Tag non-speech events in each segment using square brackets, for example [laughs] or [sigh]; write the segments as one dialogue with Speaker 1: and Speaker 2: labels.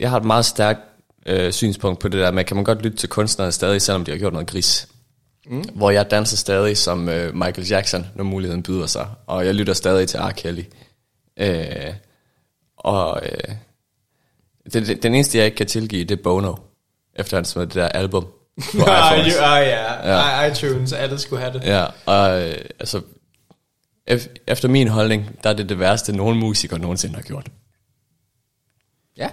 Speaker 1: Jeg har et meget stærkt øh, synspunkt på det der med, kan man godt lytte til kunstnere stadig, selvom de har gjort noget gris. Mm. Hvor jeg danser stadig som øh, Michael Jackson, når muligheden byder sig. Og jeg lytter stadig til R. Kelly. Øh, og øh, det, det, den eneste, jeg ikke kan tilgive, det er Bono. Efter han smed det der album på
Speaker 2: [laughs] Ah,
Speaker 1: iPhones.
Speaker 2: jo, ah, ja. iTunes, alle skulle have det.
Speaker 1: Ja, og øh, altså, ef- efter min holdning, der er det det værste, nogen musiker nogensinde har gjort.
Speaker 2: Ja.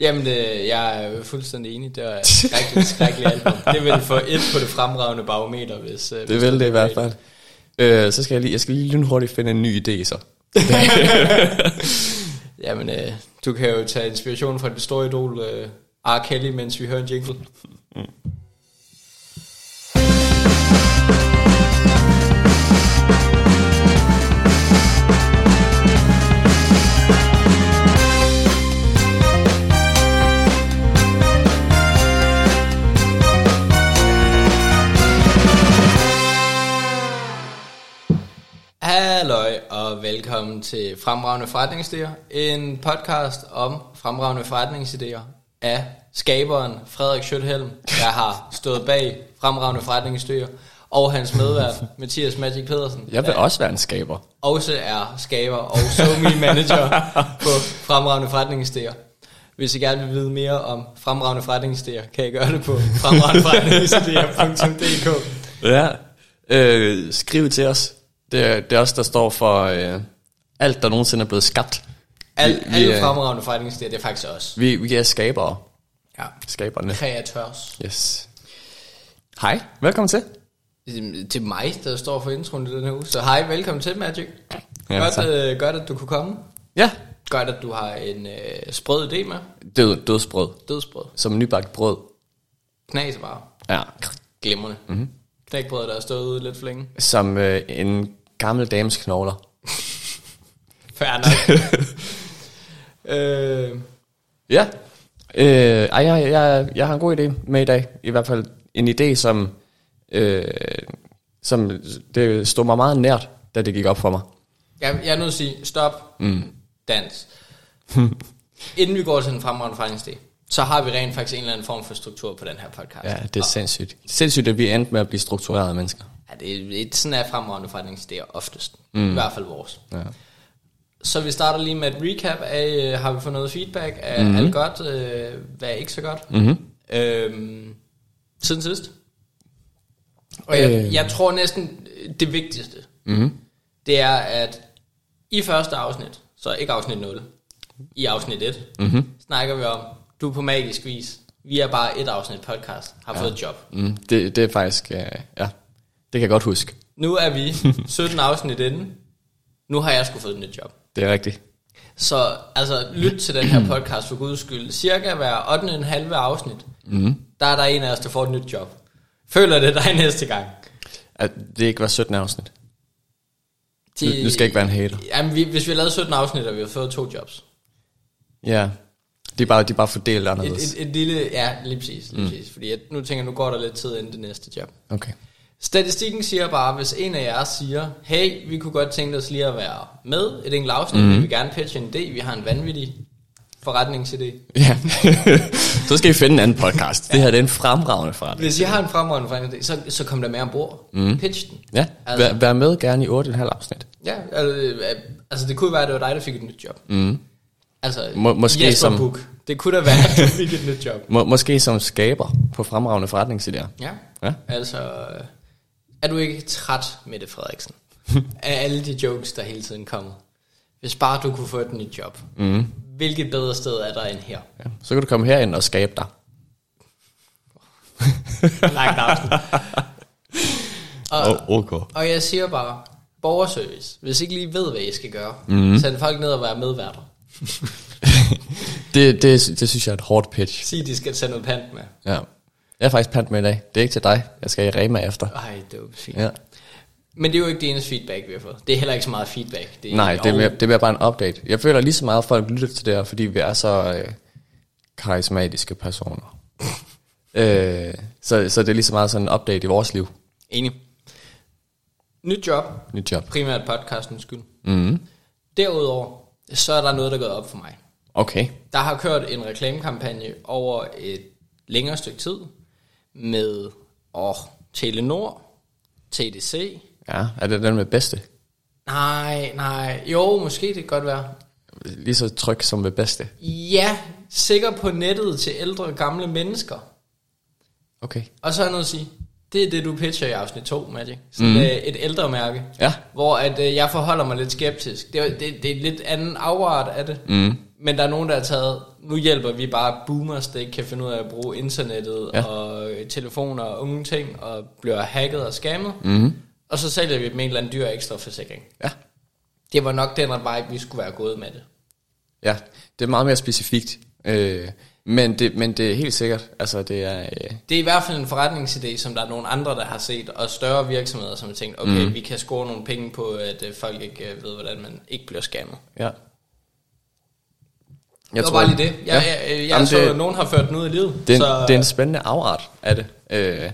Speaker 2: Jamen, øh, jeg er jo fuldstændig enig. Det var et skrækkeligt, skrækkeligt album. Det ville få et på det fremragende barometer, hvis... Øh,
Speaker 1: Det
Speaker 2: hvis
Speaker 1: vil det i hvert
Speaker 2: var et.
Speaker 1: fald. Øh, så skal jeg lige, jeg skal lige lynhurtigt finde en ny idé så.
Speaker 2: Jamen, øh, du kan jo tage inspiration fra det store idol øh, R. Kelly, mens vi hører en jingle. Halløj og velkommen til Fremragende Forretningsidéer, en podcast om fremragende forretningsidéer af skaberen Frederik Schøthelm, der har stået bag Fremragende Forretningsidéer, og hans medvært Mathias Magic Pedersen,
Speaker 1: Jeg vil også være en skaber.
Speaker 2: også er skaber og somi
Speaker 1: [laughs]
Speaker 2: manager på Fremragende Forretningsidéer. Hvis I gerne vil vide mere om fremragende forretningsidéer, kan I gøre det på fremragendeforretningsidéer.dk.
Speaker 1: Ja. Øh, skriv til os. Det, er- det er os, der står for øh, alt, der nogensinde er blevet skabt.
Speaker 2: Al,
Speaker 1: Vi- vi
Speaker 2: alle
Speaker 1: er-
Speaker 2: fremragende forretningsidéer, det er faktisk os.
Speaker 1: Vi, vi er skabere.
Speaker 2: Ja.
Speaker 1: Skaberne. [laughs]
Speaker 2: Kreatørs.
Speaker 1: Yes. Hej, velkommen til.
Speaker 2: Øhm, Til mig, der står for introen i den her uge. Så hej, velkommen til, Magic.
Speaker 1: Ja,
Speaker 2: godt,
Speaker 1: tak.
Speaker 2: øh, godt, at du kunne komme.
Speaker 1: Ja,
Speaker 2: Godt, at du har en øh, sprød idé med.
Speaker 1: død, dødsbrød.
Speaker 2: Dødsbrød.
Speaker 1: Som nybagt brød.
Speaker 2: Knasebare.
Speaker 1: Ja.
Speaker 2: Glimrende.
Speaker 1: Mhm.
Speaker 2: Mm-hmm. Knækbrød, der har stået ude lidt for længe.
Speaker 1: Som øh, en gammel dames knogler.
Speaker 2: Fair nok. [laughs] øh,
Speaker 1: Ja. Øh, ej, jeg, jeg, jeg har en god idé med i dag. I hvert fald en idé, som, øh, som det stod mig meget nært, da det gik op for mig.
Speaker 2: jeg, jeg er nødt til at sige, stop, mm. dans. [laughs] Inden vi går til den fremragende forretningsidé, så har vi rent faktisk en eller anden form for struktur på den her podcast.
Speaker 1: det er sindssygt. Sindssygt, at vi endte med at blive strukturerede mennesker.
Speaker 2: Ja, det, det, er- sådan er fremragende forretningsidéer oftest. Mm. I hvert fald vores.
Speaker 1: Ja.
Speaker 2: Så vi starter lige med et recap af, øh, har vi fået noget feedback? Er mm-hmm. alt godt? Øh, hvad er ikke så godt? Mm-hmm. Øhm, siden sidst. Og jeg,
Speaker 1: Øh.
Speaker 2: jeg tror næsten øh, det vigtigste, mm-hmm. det er, at i første afsnit, så ikke afsnit 0, i afsnit 1, mm-hmm. snakker vi om, du på magisk vis, vi er bare et afsnit podcast, har ja. fået et job.
Speaker 1: Mm, det, det er faktisk, øh, ja, det kan jeg godt huske.
Speaker 2: Nu er vi 17 afsnit inde. Nu har jeg sgu fået et nyt job.
Speaker 1: Det er rigtigt.
Speaker 2: Så altså, lyt til den her podcast for guds skyld. Cirka hver 8. en halve afsnit,
Speaker 1: Mhm.
Speaker 2: mm. der er der en af os, der får et nyt job. Føler det dig [laughs] næste gang?
Speaker 1: At det ikke var 17 afsnit. Nu- nu skal jeg ikke være en hater.
Speaker 2: Jamen, vi, hvis vi har lavet 17 afsnit, og vi har fået to jobs.
Speaker 1: Ja. De er bare, de er bare fordelt
Speaker 2: Et,
Speaker 1: anderledes.
Speaker 2: et, et lille, ja, lige præcis.
Speaker 1: Mm.
Speaker 2: Lige præcis. Fordi jeg, nu tænker jeg, nu går der lidt tid inden det næste job.
Speaker 1: Okay. [laughs]
Speaker 2: Statistikken siger bare, hvis en af jer siger, hey, vi kunne godt tænke os lige at være med et enkelt afsnit,
Speaker 1: Mhm.
Speaker 2: mm. vi vil gerne pitche en idé, vi har en vanvittig forretningsidé.
Speaker 1: Ja. så skal I finde en anden podcast. Det her det er en fremragende forretning.
Speaker 2: Hvis I har en fremragende forretningsidé, så, så kom der med ombord.
Speaker 1: Mhm.
Speaker 2: Mm. Pitch den.
Speaker 1: Ja,
Speaker 2: Altså-
Speaker 1: vær, vær med gerne i 8,5 afsnit.
Speaker 2: Ja, altså, øh, altså det kunne være, at det var dig, der fik et nyt job. Mm. Altså,
Speaker 1: Må- måske
Speaker 2: Jesper
Speaker 1: som-
Speaker 2: Buch. Det kunne da være, at du fik et nyt job.
Speaker 1: Må, måske som skaber på fremragende forretningsidéer.
Speaker 2: Ja.
Speaker 1: Ja.
Speaker 2: Altså, øh, er du ikke træt, Mette Frederiksen, af alle de jokes, der hele tiden kommer? Hvis bare du kunne få et nyt job. Mm. Hvilket bedre sted er der end her?
Speaker 1: Ja. Så kan du komme herind og skabe dig.
Speaker 2: Langt aften. og,
Speaker 1: okay.
Speaker 2: og jeg siger bare, borgerservice. Hvis ikke lige ved, hvad I skal gøre, mm. send folk ned og være medværter.
Speaker 1: Det, det, det synes jeg er et hårdt pitch.
Speaker 2: Sig, de skal tage noget pant med.
Speaker 1: Ja. Jeg er faktisk pant med i dag. Det er ikke til dig. Jeg skal i Rema efter.
Speaker 2: Ej, det var fint.
Speaker 1: Ja.
Speaker 2: Men det er jo ikke det eneste feedback, vi har fået. Det er heller ikke så meget feedback. Det er
Speaker 1: Nej, det er,
Speaker 2: jo-
Speaker 1: mere, det er mere bare en update. Jeg føler lige så meget, at folk lytter til det her, fordi vi er så øh, karismatiske personer. øh, så, så det er lige så meget sådan en update i vores liv.
Speaker 2: Enig. Nyt job.
Speaker 1: Nyt job. Mhm.
Speaker 2: Primært podcastens skyld. Mm. Derudover, så er der noget, der er gået op for mig.
Speaker 1: Okay.
Speaker 2: Der har kørt en reklamekampagne over et længere stykke tid med åh, Telenor, TDC.
Speaker 1: Ja, er det den med bedste?
Speaker 2: Nej, nej. Jo, måske det kan godt være.
Speaker 1: Lige så tryg som med bedste.
Speaker 2: Ja, sikker på nettet til ældre og gamle mennesker.
Speaker 1: Okay.
Speaker 2: Og så er jeg nødt til at sige, det er det, du pitcher i afsnit 2, Magic. Sådan mm. et ældremærke.
Speaker 1: Ja.
Speaker 2: Hvor at, øh, jeg forholder mig lidt skeptisk. Det, er- det, det er en lidt anden afart af det. Mm. Men der er nogen, der har taget, nu hjælper vi bare boomers, der ikke kan finde ud af at bruge internettet ja.
Speaker 1: Ja.
Speaker 2: og øh, telefoner og unge ting, og bliver hacket og scammet. Mm. Og så sælger vi dem en eller anden dyr ekstra forsikring.
Speaker 1: Ja.
Speaker 2: Det var nok den vej, vi skulle være gået med det.
Speaker 1: Ja, det er meget mere specifikt. Øh, men, det, men det er helt sikkert. Altså, det er... Øh,
Speaker 2: Det er i hvert fald en forretningsidé, som der er nogle andre, der har set, og større virksomheder, som har tænkt, okay,
Speaker 1: Mhm.
Speaker 2: mm. vi kan score nogle penge på, at øh, folk ikke øh, ved, hvordan man ikke bliver skammet.
Speaker 1: ja.
Speaker 2: Jeg det var bare lige det. Jeg, ja. jeg, jeg, jeg
Speaker 1: Jamen,
Speaker 2: så,
Speaker 1: det-
Speaker 2: at nogen har ført den ud i livet.
Speaker 1: Det er,
Speaker 2: så,
Speaker 1: en, det er en spændende afart af det. Øh, det.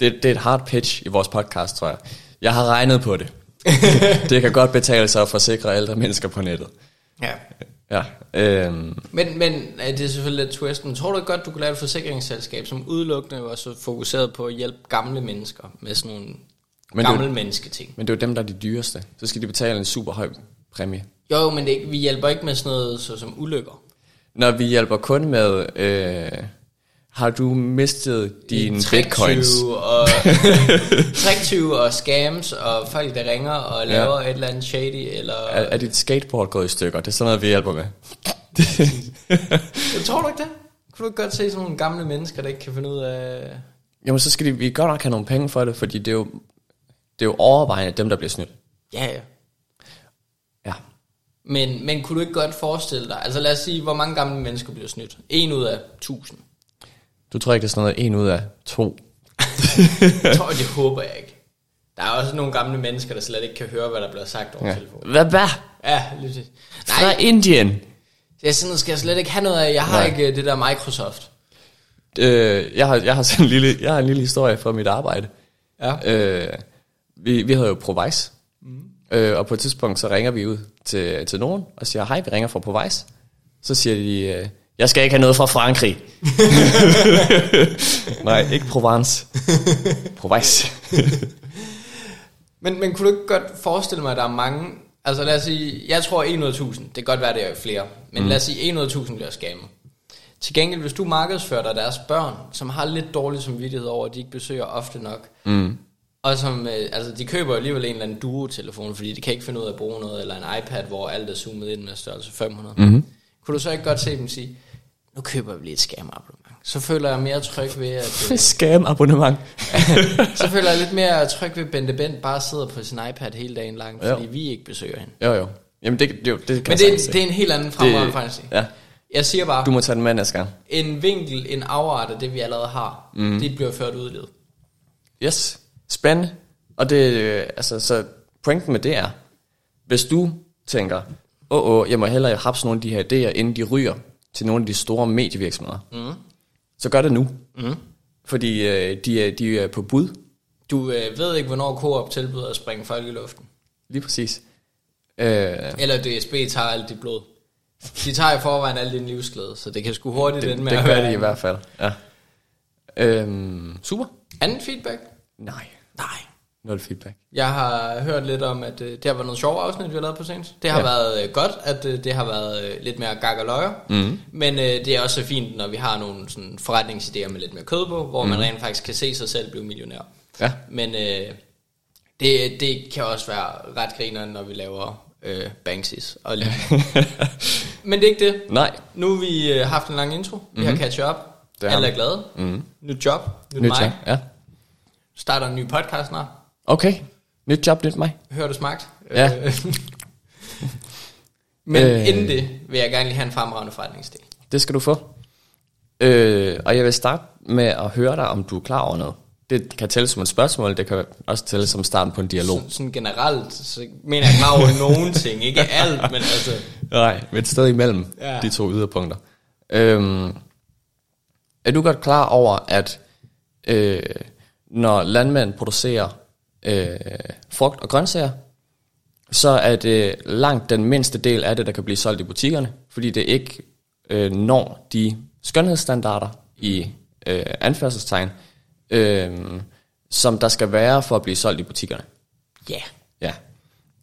Speaker 1: Det er et hard pitch i vores podcast, tror jeg. Jeg har regnet på [laughs] det. det kan godt betale sig at forsikre ældre mennesker på nettet.
Speaker 2: ja.
Speaker 1: Ja, øh,
Speaker 2: Men, men øh, det er selvfølgelig lidt twist, men tror du ikke godt, du kunne lave et forsikringsselskab, som udelukkende var så fokuseret på at hjælpe gamle mennesker med sådan nogle
Speaker 1: Men det-
Speaker 2: men gamle det... mennesketing?
Speaker 1: men det er jo dem, der er de dyreste. Så skal de betale en super høj præmie.
Speaker 2: Jo, jo, men det, er ikke- vi hjælper ikke med sådan noget så som ulykker.
Speaker 1: Når vi hjælper kun med, øh, har du mistet dine bitcoins?
Speaker 2: Tricktyve [laughs] og, tricktyve og scams og folk, der ringer og laver ja. et eller andet shady. Eller,
Speaker 1: Er, er dit skateboard gået i stykker? Det er sådan noget, vi hjælper med.
Speaker 2: Jeg tror du ikke det? Kunne du ikke godt se sådan nogle gamle mennesker, der ikke kan finde ud af...
Speaker 1: Jamen, så skal de, vi godt nok have nogle penge for det, fordi det er jo, det er jo overvejende dem, der bliver snydt.
Speaker 2: Ja, ja.
Speaker 1: Ja.
Speaker 2: Men, men kunne du ikke godt forestille dig, altså lad os sige, hvor mange gamle mennesker bliver snydt? En ud af [laughs] tusind.
Speaker 1: Du tror ikke, det er sådan noget en ud af to?
Speaker 2: Jeg tror, det håber jeg ikke. Der er også nogle gamle mennesker, der slet ikke kan høre, hvad der bliver sagt over ja. telefonen.
Speaker 1: Hvad, hvad?
Speaker 2: Ja, lige præcis.
Speaker 1: Fra Indien?
Speaker 2: Det er sådan noget, skal jeg slet ikke have noget af. Jeg har Nej.
Speaker 1: Nej.
Speaker 2: ikke øh, det der Microsoft.
Speaker 1: Øh, jeg, har, jeg, har sådan en lille, jeg har en lille historie fra mit arbejde.
Speaker 2: Ja.
Speaker 1: Øh, vi, vi havde jo Provice. Mm. Øh, og på et tidspunkt, så ringer vi ud til, til nogen og siger, hej, vi ringer fra Provice. Så siger de, øh, jeg skal ikke have noget fra [laughs] Frankrig. Nej, ikke Provence. [laughs] Provice.
Speaker 2: Men, men kunne du ikke godt forestille mig, at der er mange... Altså lad os sige, jeg tror 1 ud af 1000. Det kan godt være, det er flere. Men mm. lad os sige, 1 ud af 1000 bliver skammet. Til gengæld, hvis du markedsfører dig deres børn, som har lidt dårlig samvittighed over, at de ikke besøger ofte nok, mm. og som, øh, altså de køber jo alligevel en eller anden duo-telefon, fordi de kan ikke finde ud af at bruge noget, eller en iPad, hvor alt er zoomet ind med størrelse 500. Mm. Kunne du så ikke godt se dem sige, nu køber vi lige et skamabonnement. Så føler jeg mere tryg ved, at... øh,
Speaker 1: Scam abonnement.
Speaker 2: så føler jeg lidt mere tryg ved, at Bente Bent bare sidder på sin iPad hele dagen lang, fordi jo. vi ikke besøger hende.
Speaker 1: Jo, jo. Jamen, det, det, det kan
Speaker 2: Men
Speaker 1: jeg
Speaker 2: det,
Speaker 1: sagtens
Speaker 2: er-
Speaker 1: se.
Speaker 2: det er en helt anden fremragende faktisk.
Speaker 1: ja.
Speaker 2: Jeg siger bare,
Speaker 1: Du må tage den med næste gang.
Speaker 2: en vinkel, en afart af det, vi allerede har,
Speaker 1: Mhm.
Speaker 2: mm. det bliver ført ud i livet.
Speaker 1: Yes, spændende. Og det, øh, altså, så pointen med det er, hvis du tænker, åh, oh, oh, jeg må hellere hapse nogle af de her idéer, inden de ryger til nogle af de store medievirksomheder, mm.
Speaker 2: Mhm.
Speaker 1: så gør det nu. Mm. Fordi øh, de, er, de er på bud,
Speaker 2: Du øh, ved ikke, hvornår Coop tilbyder at springe folk i luften.
Speaker 1: lige præcis. Øh,
Speaker 2: Eller DSB tager alt dit blod. De tager i forvejen al din livsglæde, så det kan sgu hurtigt
Speaker 1: det,
Speaker 2: den med
Speaker 1: det
Speaker 2: at
Speaker 1: gør
Speaker 2: høre
Speaker 1: de i
Speaker 2: andet.
Speaker 1: hvert fald. Ja. Øhm, super.
Speaker 2: Anden feedback?
Speaker 1: Nej,
Speaker 2: Nej.
Speaker 1: nul feedback.
Speaker 2: Jeg har hørt lidt om, at øh, det har været nogle sjove afsnit, vi har lavet på senest. Det har ja.
Speaker 1: Ja.
Speaker 2: været øh, godt, at øh, det har været øh, lidt mere gak og løjer.
Speaker 1: Mhm.
Speaker 2: Mm. Men øh, det er også fint, når vi har nogle sådan, forretningsidéer med lidt mere kød på, hvor mm.
Speaker 1: Mhm.
Speaker 2: man rent faktisk kan se sig selv blive millionær.
Speaker 1: Ja.
Speaker 2: Men øh, det, det kan også være ret grineren, når vi laver øh, Banksys. Og lige. [laughs] Men det er ikke det.
Speaker 1: Nej,
Speaker 2: Nu har vi øh, haft en lang intro. Vi har catch up.
Speaker 1: Mhm. Det har
Speaker 2: Alle
Speaker 1: vi. Mhm.
Speaker 2: er glade. Mm. Nyt job. Nyt, nyt
Speaker 1: nyt
Speaker 2: mig.
Speaker 1: job. Ja.
Speaker 2: Starter en ny podcast snart.
Speaker 1: Okay, nyt job, nyt mig.
Speaker 2: Hør det smagt.
Speaker 1: Ja.
Speaker 2: Øh, Men øh.
Speaker 1: Øh.
Speaker 2: inden det vil jeg gerne lige have en fremragende forretningsdel.
Speaker 1: Det skal du få. Øh, og jeg vil starte med at høre dig, om du er klar over noget. Det kan tælle som et spørgsmål, det kan også tælle som starten på en dialog.
Speaker 2: Sådan generelt, så mener jeg klar [laughs] over nogen ting. Ikke alt, men altså...
Speaker 1: Nej, men et sted imellem
Speaker 2: Ja.
Speaker 1: ja. de to yderpunkter. Øhm, er du godt klar over, at øh, når landmænd producerer øh, frugt og grøntsager, så er det langt den mindste del af det, der kan blive solgt i butikkerne, fordi det ikke øh, når de skønhedsstandarder i øh, anførselstegn, øh, som der skal være for at blive solgt i butikkerne.
Speaker 2: Ja. Yeah.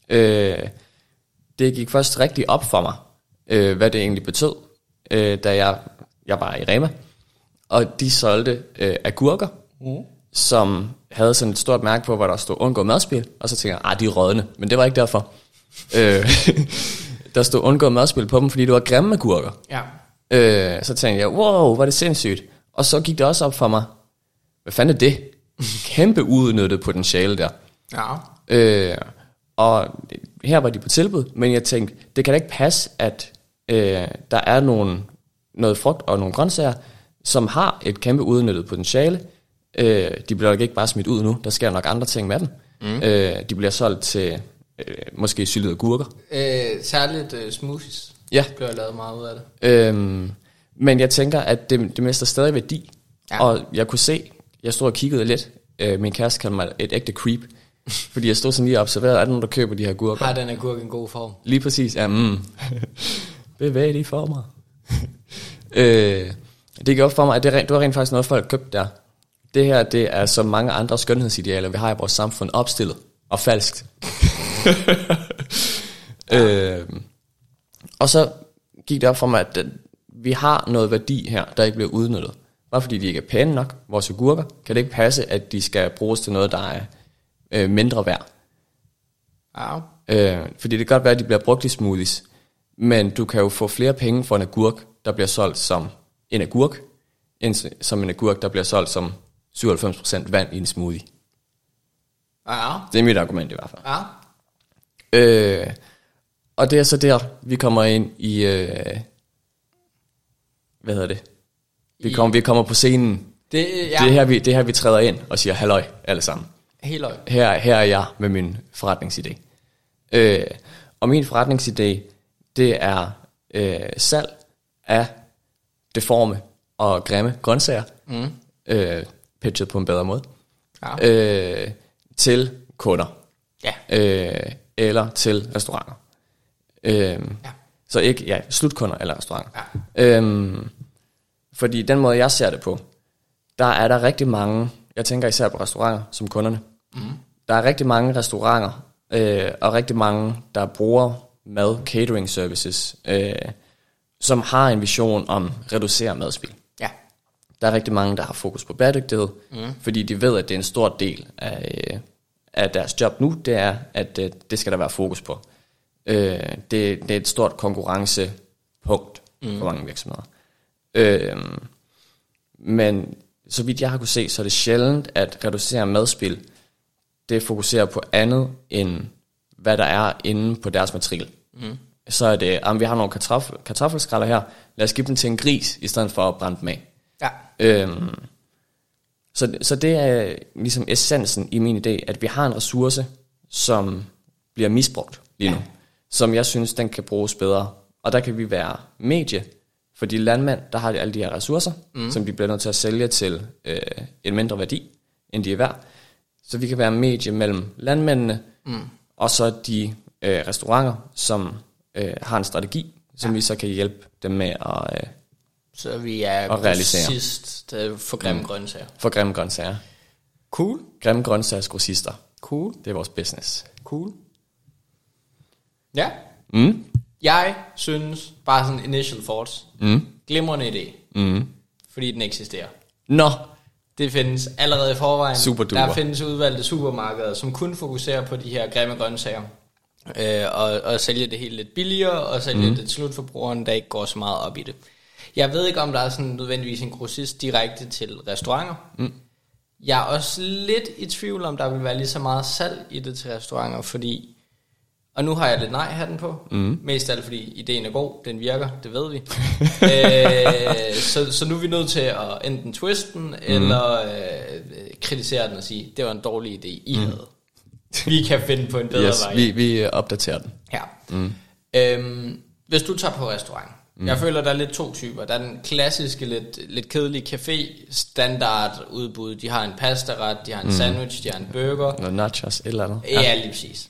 Speaker 1: Ja. Øh, det gik først rigtig op for mig, øh, hvad det egentlig betød, øh, da jeg, jeg var i Rema. Og de solgte øh, agurker, mm. som havde sådan et stort mærke på, hvor der stod undgå madspil. Og så tænkte jeg, ah, de er rådne. Men det var ikke derfor. øh, [laughs] der stod undgå madspil på dem, fordi det var grimme agurker.
Speaker 2: Ja.
Speaker 1: Øh, så tænkte jeg, wow, hvor er det sindssygt. Og så gik det også op for mig, hvad fanden er det? Kæmpe udnyttet potentiale der.
Speaker 2: Ja.
Speaker 1: Øh, og her var de på tilbud, men jeg tænkte, det kan da ikke passe, at øh, der er nogle, noget frugt og nogle grøntsager, som har et kæmpe udnyttet potentiale. Øh, de bliver nok ikke bare smidt ud nu, der sker nok andre ting med dem. Mm. Øh, de bliver solgt til øh, måske syltede agurker.
Speaker 2: Øh, særligt øh, smoothies.
Speaker 1: Ja.
Speaker 2: Bliver lavet meget ud af det.
Speaker 1: Øhm, men jeg tænker, at det, det mister stadig værdi.
Speaker 2: Ja.
Speaker 1: Ja. Og jeg kunne se, jeg stod og kiggede lidt. Øh, min kæreste kaldte mig et ægte [laughs] creep. Fordi jeg stod sådan lige og observerede, er der nogen, der køber de her gurker?
Speaker 2: Har den agurk en god form?
Speaker 1: Lige præcis, ja. Mm. [laughs] Bevæg de former. [laughs] øh, det gik op for mig, at det, er rent- det var rent faktisk noget, folk købte der. Det her, det er så mange andre skønhedsidealer, vi har i vores samfund opstillet. Og [laughs] falskt. øh, og så gik det op for mig, at den- vi har noget værdi her, der ikke bliver udnyttet. Bare fordi de ikke er pæne nok, vores agurker, kan det ikke passe, at de skal bruges til noget, der er øh, mindre værd.
Speaker 2: Ja.
Speaker 1: Øh, fordi det kan godt være, at de bliver brugt i smoothies, men du kan jo få flere penge for en agurk, der bliver solgt som en agurk, end s- som en agurk, der bliver solgt som 97% vand i en smoothie.
Speaker 2: Ja.
Speaker 1: Det er mit argument i hvert fald.
Speaker 2: Ja.
Speaker 1: Øh, og det er så der, vi kommer ind i... Øh, hvad hedder det? Vi kommer, vi kommer på scenen.
Speaker 2: Det, øh,
Speaker 1: Ja.
Speaker 2: ja.
Speaker 1: Det, er
Speaker 2: det
Speaker 1: her, vi, det er her, vi træder ind og siger, halløj alle sammen.
Speaker 2: Helt løg.
Speaker 1: her, her er jeg med min forretningsidé. Øh, og min forretningsidé, det er øh, salg af deforme og grimme grøntsager, mm. øh, pitchet på en bedre måde,
Speaker 2: Ja.
Speaker 1: øh, til kunder
Speaker 2: Ja.
Speaker 1: øh, eller til restauranter. Øh, ja. Så ikke ja, slutkunder eller restauranter. Ja. Øh, fordi den måde, jeg ser det på, der er der rigtig mange, jeg tænker især på restauranter som kunderne, mm. der er rigtig mange restauranter øh, og rigtig mange, der bruger mad catering services, øh, som har en vision om reducere madspil.
Speaker 2: Ja.
Speaker 1: Der er rigtig mange, der har fokus på bæredygtighed, mm. fordi de ved, at det er en stor del af, øh, af deres job nu, det er, at øh, det skal der være fokus på. Øh, det, det er et stort konkurrencepunkt mm. for mange virksomheder. Øh, men så vidt jeg har kunne se, så er det sjældent, at reducere madspil, det fokuserer på andet end, hvad der er inde på deres matrikel. Mm. Så er det, at vi har nogle kartoffel, kartoffelskræller her, lad os give dem til en gris, i stedet for at brænde dem af.
Speaker 2: Ja.
Speaker 1: Øhm, så, så det er ligesom essensen i min idé, at vi har en ressource, som bliver misbrugt lige nu, ja. som jeg synes, den kan bruges bedre. Og der kan vi være medie for de landmænd, der har alle de her ressourcer, mm. som de bliver nødt til at sælge til øh, en mindre værdi, end de er værd. Så vi kan være medie mellem landmændene, mm. og så de øh, restauranter, som øh, har en strategi, som ja. vi så kan hjælpe dem med at øh,
Speaker 2: Så vi er
Speaker 1: Og realisere.
Speaker 2: sidst for grimme mm. grøntsager.
Speaker 1: få grimme grøntsager.
Speaker 2: Cool.
Speaker 1: Grimme grøntsagsgrossister.
Speaker 2: Cool.
Speaker 1: Det er vores business.
Speaker 2: Cool. Ja.
Speaker 1: Mm.
Speaker 2: Jeg synes, bare sådan initial thoughts, mm. glimrende idé,
Speaker 1: Mm.
Speaker 2: fordi den eksisterer.
Speaker 1: Nå,
Speaker 2: Det findes allerede i forvejen.
Speaker 1: Superduper.
Speaker 2: Der findes udvalgte supermarkeder, som kun fokuserer på de her grimme grøntsager. Øh, og, og sælge det helt lidt billigere, og sælge mm. det til slutforbrugeren, der ikke går så meget op i det. Jeg ved ikke, om der er sådan nødvendigvis en grossist direkte til restauranter. Mm. Jeg er også lidt i tvivl, om der vil være lige så meget salg i det til restauranter, fordi... Og nu har jeg lidt nej-hatten på. Mm. Mest af alt, fordi ideen er god, den virker, det ved [laughs] vi. øh, så, så nu er vi nødt til at enten twiste den, mm. eller øh, kritisere den og sige, det var en dårlig idé, I mm. havde. Vi kan finde på en bedre
Speaker 1: yes,
Speaker 2: vej.
Speaker 1: vi, vi øh, opdaterer den.
Speaker 2: Ja. Mm. Øhm, hvis du tager på restaurant, mm. jeg føler, der er lidt to typer. Der er den klassiske, lidt, lidt kedelige café, standard udbud. De har en pastaret, de har en mm. sandwich, de har en burger.
Speaker 1: Noget nachos, et eller andet.
Speaker 2: Ja, ja lige præcis.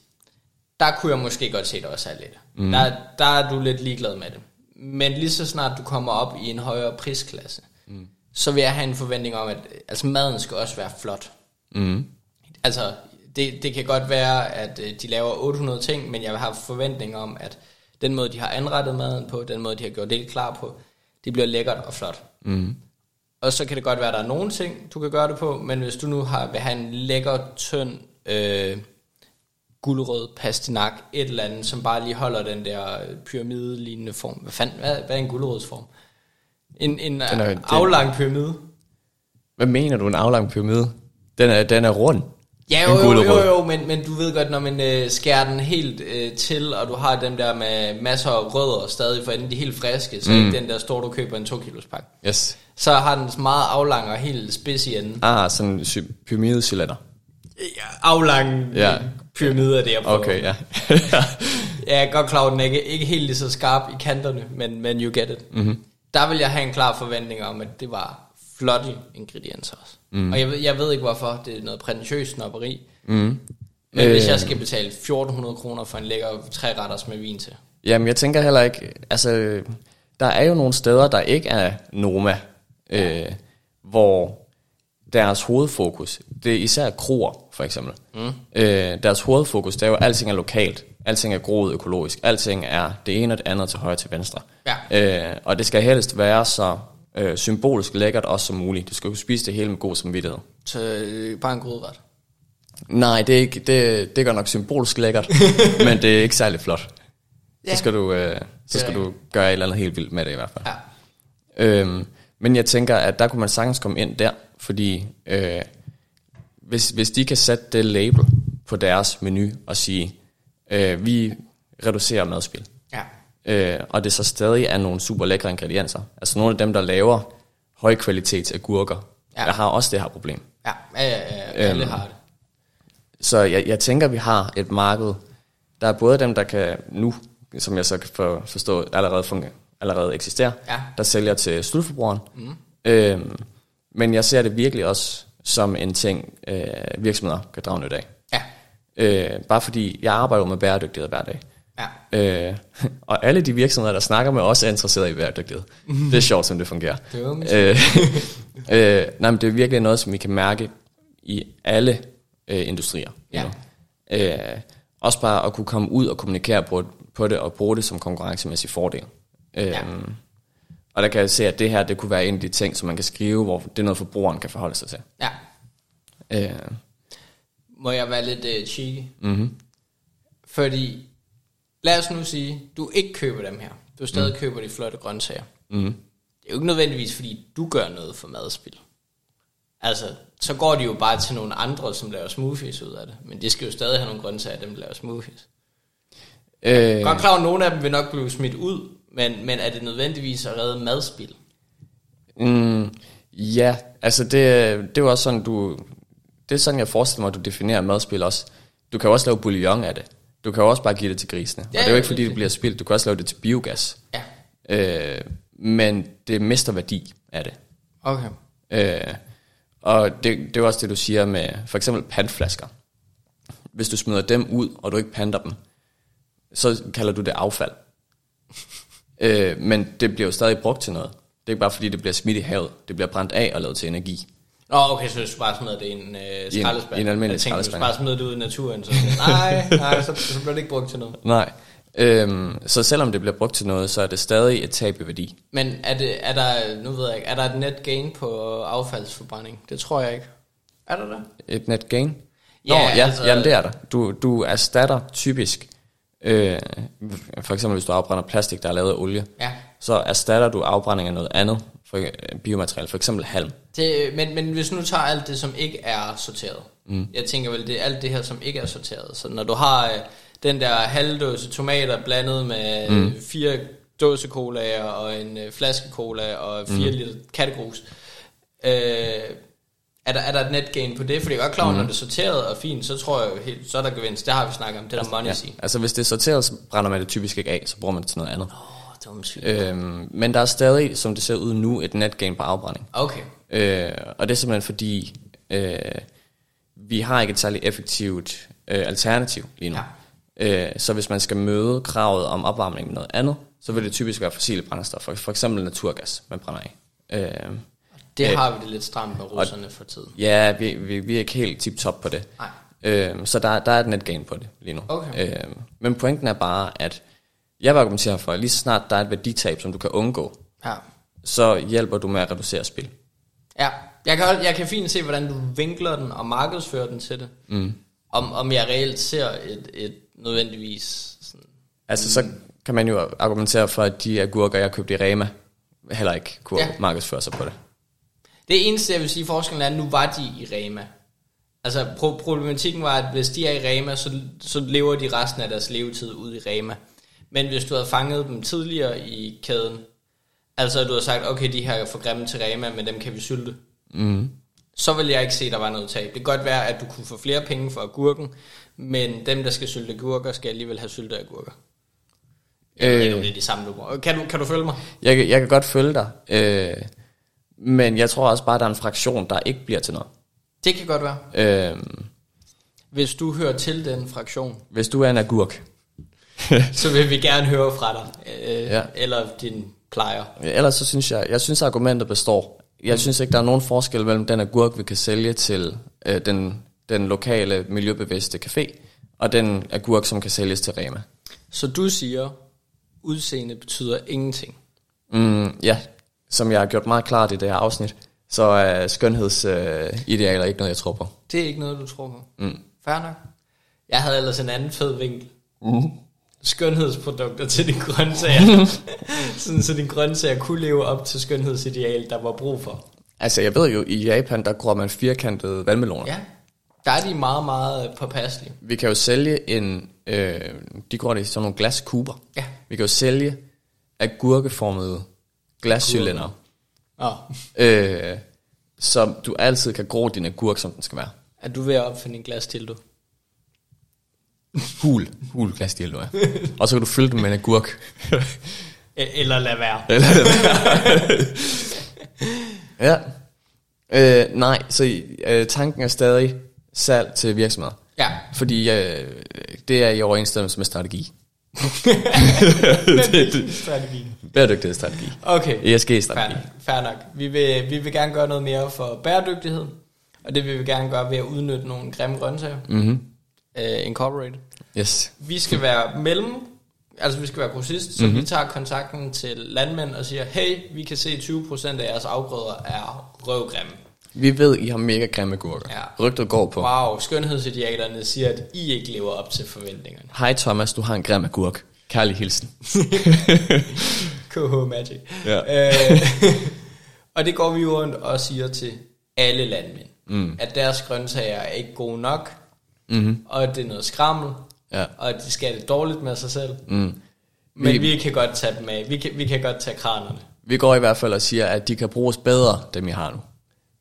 Speaker 2: Der kunne jeg måske godt se, der var salg i det. Mm. Der, der er du lidt ligeglad med det. Men lige så snart du kommer op i en højere prisklasse, mm. så vil jeg have en forventning om, at altså, maden skal også være flot.
Speaker 1: Mm.
Speaker 2: Altså, det, det kan godt være, at øh, de laver 800 ting, men jeg har forventning om, at den måde, de har anrettet maden på, den måde, de har gjort det klar på, det bliver lækkert og flot.
Speaker 1: Mm.
Speaker 2: Og så kan det godt være, at der er nogle ting, du kan gøre det på, men hvis du nu har, vil have en lækker, tynd, øh, guldrød pastinak, et eller andet, som bare lige holder den der pyramidelignende form. Hvad fanden, hvad, hvad er en guldrødsform? En, en
Speaker 1: Den er-
Speaker 2: er,
Speaker 1: det-
Speaker 2: aflang pyramide.
Speaker 1: Hvad mener du, en aflang pyramide? Den er, den er rund.
Speaker 2: Ja,
Speaker 1: En
Speaker 2: jo, jo, jo,
Speaker 1: gulerod.
Speaker 2: jo men, men du ved godt, når man øh, skærer den helt øh, til, og du har dem der med masser af rødder stadig, for enden de er helt friske, så mm. ikke den der store, du køber en 2 kilos pakke.
Speaker 1: Yes.
Speaker 2: Så har den meget aflang og helt spids i enden.
Speaker 1: Ah, sådan en sy- pyramidecylinder.
Speaker 2: Ja, Aflang øh, ja.
Speaker 1: Ja.
Speaker 2: pyramide er det, jeg prøver.
Speaker 1: Okay, ja. [laughs]
Speaker 2: Jeg er godt klar over, at den ikke, ikke helt lige så skarp i kanterne, men, men you get it. Mm-hmm.
Speaker 1: Mhm.
Speaker 2: Der vil jeg have en klar forventning om, at det var flotte ingredienser også.
Speaker 1: Mhm.
Speaker 2: Mm. Og jeg, ved- jeg ved ikke hvorfor, det er noget prætentiøst snopperi. Mm. Men øh. hvis
Speaker 1: Øh.
Speaker 2: jeg skal betale 1400 kroner for en lækker træretters med vin til.
Speaker 1: Jamen, jeg tænker heller ikke... Altså, der er jo nogle steder, der ikke er Noma, øh, hvor deres hovedfokus, det er især kroer, for eksempel. Mm. Øh, deres hovedfokus, det er jo, at alting er lokalt. Alting er groet økologisk. Alting er det ene og det andet til højre og til venstre. Ja. Øh, og det skal helst være så øh, symbolisk lækkert også som muligt. Du skal kunne spise det hele med god samvittighed.
Speaker 2: Så øh, bare en gryderet.
Speaker 1: Nej, det er, ikke, det, det gør nok symbolsk lækkert, men det er ikke særlig flot. Ja.
Speaker 2: Ja.
Speaker 1: Så skal, du, øh, så
Speaker 2: er
Speaker 1: skal du gøre et eller andet helt vildt med det i hvert fald.
Speaker 2: Ja.
Speaker 1: Øhm, men jeg tænker, at der kunne man sagtens komme ind der, fordi øh, hvis, hvis de kan sætte det label på deres menu og sige, øh, vi reducerer madspil,
Speaker 2: Ja.
Speaker 1: øh, og det så stadig er nogle super lækre ingredienser. Altså nogle af dem, der laver højkvalitets agurker,
Speaker 2: Ja.
Speaker 1: ja. der har også det her problem.
Speaker 2: Ja, ja, ja, ja. alle
Speaker 1: Øhm.
Speaker 2: har det.
Speaker 1: Så jeg, jeg tænker, vi har et marked. Der er både dem, der kan nu, som jeg så kan for, forstå, allerede, funge, allerede eksisterer,
Speaker 2: Ja.
Speaker 1: der sælger til slutforbrugeren. Mm. Øhm, men jeg ser det virkelig også som en ting, øh, virksomheder kan drage nyt af.
Speaker 2: Ja,
Speaker 1: Øh, bare fordi jeg arbejder jo med bæredygtighed hver dag.
Speaker 2: ja.
Speaker 1: Øh, og alle de virksomheder, der snakker med os, er interesseret i bæredygtighed. Det er sjovt, som det fungerer.
Speaker 2: Det var min
Speaker 1: øh, [laughs] øh, nej, men det er virkelig noget, som vi kan mærke i alle øh, industrier.
Speaker 2: Ja.
Speaker 1: you know. Øh, også bare at kunne komme ud og kommunikere på, på det, og bruge det som konkurrencemæssig fordel. Øh,
Speaker 2: Ja.
Speaker 1: Og der kan jeg se, at det her det kunne være en af de ting, som man kan skrive, hvor det er noget, forbrugeren kan forholde sig til.
Speaker 2: ja.
Speaker 1: Øh,
Speaker 2: må jeg være lidt øh, cheeky. Mm-hmm. Fordi, lad os nu sige, du ikke køber dem her. Du stadig mm. køber de flotte grøntsager. Mm. Det er jo ikke nødvendigvis, fordi du gør noget for madspil. Altså, så går de jo bare til nogle andre, som laver smoothies ud af det. Men de skal jo stadig have nogle grøntsager, dem der laver smoothies.
Speaker 1: øh,
Speaker 2: Godt klar, at nogle af dem vil nok blive smidt ud, men, men er det nødvendigvis at redde madspil?
Speaker 1: Mm, ja, altså det, det er jo også sådan, du... Det er sådan, jeg forestiller mig, at du definerer madspil også. Du kan jo også lave bouillon af det. Du kan jo også bare give det til grisene.
Speaker 2: Ja,
Speaker 1: Ja, og det er jo
Speaker 2: ja,
Speaker 1: ikke, fordi
Speaker 2: det-
Speaker 1: det bliver spildt. Du kan også lave det til biogas.
Speaker 2: Ja,
Speaker 1: Øh, men det mister værdi af det.
Speaker 2: okay.
Speaker 1: Øh, og det, det er jo også det, du siger med for eksempel pantflasker. Hvis du smider dem ud, og du ikke panter dem, så kalder du det [laughs] affald. øh, men det bliver jo stadig brugt til noget. Det er ikke bare fordi, det bliver smidt i havet. Det bliver brændt af og lavet til energi.
Speaker 2: Nå, okay, så hvis du bare smider det i en øh, skraldespand.
Speaker 1: i en almindelig
Speaker 2: Jeg tænkte, hvis du
Speaker 1: skraldespand.
Speaker 2: bare smider det ud i naturen, så [laughs] nej, nej, så, så bliver det ikke brugt til noget.
Speaker 1: Nej. Øhm, så selvom det bliver brugt til noget, så er det stadig et tab i værdi.
Speaker 2: Men er, det, er der, nu ved jeg ikke, er der et net gain på affaldsforbrænding? Det tror jeg ikke. Er der det?
Speaker 1: Et net gain?
Speaker 2: Ja,
Speaker 1: Nå, ja,
Speaker 2: altså-
Speaker 1: altså, jamen det er der. Du, du erstatter typisk, øh, for eksempel hvis du afbrænder plastik, der er lavet af olie,
Speaker 2: Ja.
Speaker 1: så erstatter du afbrænding af noget andet, for, øh, biomateriale, for eksempel halm.
Speaker 2: det men, men hvis nu tager alt det, som ikke er sorteret. Mm. Jeg tænker vel, det er alt det her, som ikke er sorteret. Så når du har øh, den der halvdåse tomater blandet med mm. fire dåse cola og en øh, flaske cola og fire mm. liter kattegrus. Øh, er der, er der et net gain på det? Fordi jeg er godt klar, mm. når det er sorteret og fint, så tror jeg jo helt, så er der gevinst. Det har vi snakket om, det der money
Speaker 1: Ja.
Speaker 2: ja. sige.
Speaker 1: Altså hvis det er sorteret, så brænder man det typisk ikke af, så bruger man det til noget andet.
Speaker 2: Åh, oh, dumt
Speaker 1: Øhm, men der er stadig, som det ser ud nu, et net gain på afbrænding.
Speaker 2: Okay.
Speaker 1: Øh, og det er simpelthen fordi, øh, vi har ikke et særlig effektivt øh, alternativ lige nu. Ja. Øh, så hvis man skal møde kravet om opvarmning med noget andet, så vil det typisk være fossile brændstoffer, for eksempel naturgas, man brænder af. Øh,
Speaker 2: Det
Speaker 1: Øh,
Speaker 2: har vi det lidt stramt med russerne for tiden.
Speaker 1: ja, vi, vi, vi er ikke helt tip-top på det.
Speaker 2: Nej.
Speaker 1: Øh, så der, der er et netgain på det lige nu.
Speaker 2: Okay.
Speaker 1: Øh, men pointen er bare, at jeg vil argumentere for, at lige så snart der er et værditab, som du kan undgå,
Speaker 2: Ja.
Speaker 1: så hjælper du med at reducere spil.
Speaker 2: ja. Jeg, kan, hold- jeg kan fint se, hvordan du vinkler den og markedsfører den til det. Mm. Om, om jeg reelt ser et, et nødvendigvis... Sådan,
Speaker 1: Altså, så
Speaker 2: Mm.
Speaker 1: kan man jo argumentere for, at de agurker, jeg købte i Rema, heller ikke kunne
Speaker 2: Ja.
Speaker 1: ja. markedsføre sig på det.
Speaker 2: det eneste, jeg vil sige, forskellen er, at nu var de i Rema. Altså pro- problematikken var, at hvis de er i Rema, så, så lever de resten af deres levetid ude i Rema. Men hvis du havde fanget dem tidligere i kæden, altså at du havde sagt, okay, de her er for grimme til Rema, men dem kan vi sylte. Mm. Så ville jeg ikke se, at der var noget tab. Det kan godt være, at du kunne få flere penge for agurken, men dem, der skal sylte agurker, skal alligevel have syltet agurker. Øh. Det er de samme numre. Kan du, kan du følge mig?
Speaker 1: Jeg, kan- jeg kan godt følge dig, øh, men jeg tror også bare, at der er en fraktion, der ikke bliver til noget.
Speaker 2: Det kan godt være.
Speaker 1: Øh,
Speaker 2: Hvis du hører til den fraktion,
Speaker 1: hvis du er en agurk,
Speaker 2: så vil vi gerne høre fra dig. Øh, ja.
Speaker 1: Ja.
Speaker 2: Eller din plejer.
Speaker 1: ellers så synes jeg, jeg synes argumentet består.
Speaker 2: Mm.
Speaker 1: Jeg synes ikke, der er nogen forskel mellem den agurk, vi kan sælge til øh, den, den lokale miljøbevidste café, og den agurk, som kan sælges til Rema.
Speaker 2: Så du siger, udseende betyder ingenting.
Speaker 1: Mm, ja, som jeg har gjort meget klart i det her afsnit, så er skønhedsidealer øh, idealer ikke noget, jeg tror på.
Speaker 2: Det er ikke noget, du tror på. Mm. Fair nok. Jeg havde ellers en anden fed vinkel.
Speaker 1: Mm.
Speaker 2: Skønhedsprodukter til dine grøntsager. [laughs] Sådan, så dine grøntsager kunne leve op til skønhedsideal, der var brug for.
Speaker 1: Altså, jeg ved jo, i Japan, der gror man firkantede vandmeloner.
Speaker 2: Ja. Der er de meget, meget øh, påpasselige.
Speaker 1: Vi kan jo sælge en... Øh, de gror det i sådan nogle glaskuber.
Speaker 2: Ja.
Speaker 1: Vi kan jo sælge agurkeformede glascylinder,
Speaker 2: Nå,
Speaker 1: øh, som du altid kan gro din agurk, som den skal være.
Speaker 2: er du ved at opfinde en glas til, du?
Speaker 1: Hul. Hul glasdialog,
Speaker 2: [laughs]
Speaker 1: ja. Og så kan du fylde den med en agurk.
Speaker 2: E- Eller lad være.
Speaker 1: Ja. Øh, nej, så øh, tanken er stadig salg til virksomheder.
Speaker 2: Ja,
Speaker 1: Fordi øh, det er i overensstemmelse med
Speaker 2: [laughs]
Speaker 1: strategi.
Speaker 2: strategi.
Speaker 1: Bæredygtighedsstrategi. E
Speaker 2: Okay. Fair,
Speaker 1: ESG-strategi.
Speaker 2: fair nok. Vi vil, vi vil gerne gøre noget mere for bæredygtighed, og det vil vi gerne gøre ved at udnytte nogle grimme grøntsager.
Speaker 1: Mm-hmm.
Speaker 2: Uh, incorporate.
Speaker 1: Yes.
Speaker 2: Vi skal være mellem, altså vi skal være grossist, så mm-hmm. vi tager kontakten til landmænd og siger, hey, vi kan se 20% af jeres afgrøder er røvgrimme.
Speaker 1: Vi ved, I har mega grimme gurker.
Speaker 2: Ja.
Speaker 1: Rygtet går på.
Speaker 2: Wow, skønhedsidealerne siger, at I ikke lever op til forventningerne.
Speaker 1: Hej Thomas, du har en grim agurk. Kærlig hilsen.
Speaker 2: KH Magic.
Speaker 1: Ja.
Speaker 2: Øh, [laughs] og det går vi jo rundt og siger til alle landmænd, mm. at deres grøntsager er ikke gode nok, mm-hmm. og at det er noget skrammel,
Speaker 1: Ja.
Speaker 2: og at de skal have det dårligt med sig selv. Mm. Men vi,
Speaker 1: Vi-
Speaker 2: vi kan godt tage dem af. Vi kan, vi kan godt tage kranerne.
Speaker 1: Vi går i hvert fald og siger, at de kan bruges bedre, dem I har nu.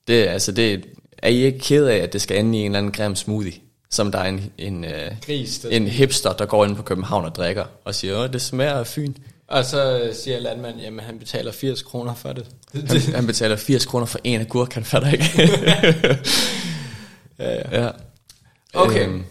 Speaker 1: Det, er- altså, det, er I ikke ked af, at det skal ende i en eller anden grim smoothie? Som der er en, en, øh,
Speaker 2: Gris. Det.
Speaker 1: en hipster, der går ind på København og drikker, og siger, åh, det smager af Fyn.
Speaker 2: Og så siger landmanden, jamen han betaler 80 kroner for det. [laughs]
Speaker 1: Han, han betaler 80 kroner for en agurk, han fatter ikke. ja, ja.
Speaker 2: Okay.
Speaker 1: Øhm,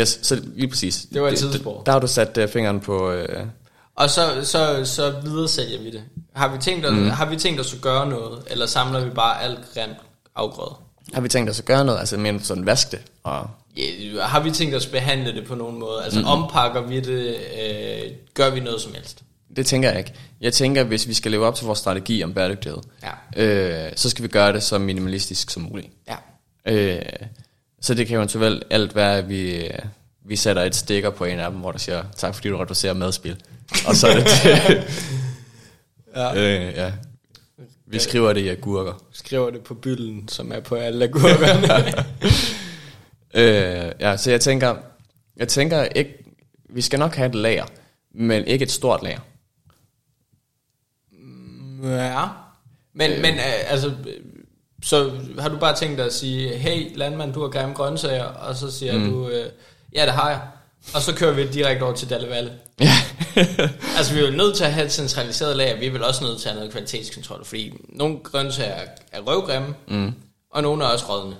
Speaker 1: yes, så lige præcis.
Speaker 2: Det var et
Speaker 1: d-
Speaker 2: tidsspor.
Speaker 1: Der har du sat øh, fingeren på... Øh,
Speaker 2: Og så, så, så videresælger vi det. Har vi, tænkt os, mm. har vi tænkt os at gøre noget, eller samler vi bare alt grimt afgrøde?
Speaker 1: har vi tænkt os at gøre noget? Altså, men sådan vask det. Og,
Speaker 2: Ja, har vi tænkt os at behandle det på nogen måde? Altså mm. ompakker vi det? Øh, gør vi noget som helst?
Speaker 1: det tænker jeg ikke. Jeg tænker, hvis vi skal leve op til vores strategi om bæredygtighed,
Speaker 2: Ja.
Speaker 1: øh, så skal vi gøre det så minimalistisk som muligt.
Speaker 2: Ja.
Speaker 1: Øh, så det kan jo eventuelt alt være, at vi, øh, vi sætter et stikker på en af dem, hvor der siger, tak fordi du reducerer madspil. Og så er det det.
Speaker 2: [laughs] Ja.
Speaker 1: Øh, ja. Vi skriver det i agurker.
Speaker 2: Skriver det på bylden, som er på alle [laughs] agurkerne.
Speaker 1: Øh, ja, så jeg tænker, jeg tænker ikke, vi skal nok have et lager, men ikke et stort lager.
Speaker 2: ja. Men, øh. men øh, altså, øh, så har du bare tænkt dig at sige, hey landmand, du har grimme grøntsager, og så siger mm. du, øh, ja det har jeg. Og så kører vi direkte over til Dallevalle.
Speaker 1: Ja.
Speaker 2: [laughs] Altså, vi er jo nødt til at have et centraliseret lager. Vi er vel også nødt til at have noget kvalitetskontrol, fordi nogle grøntsager er røvgrimme, mm. og nogle er også rådne.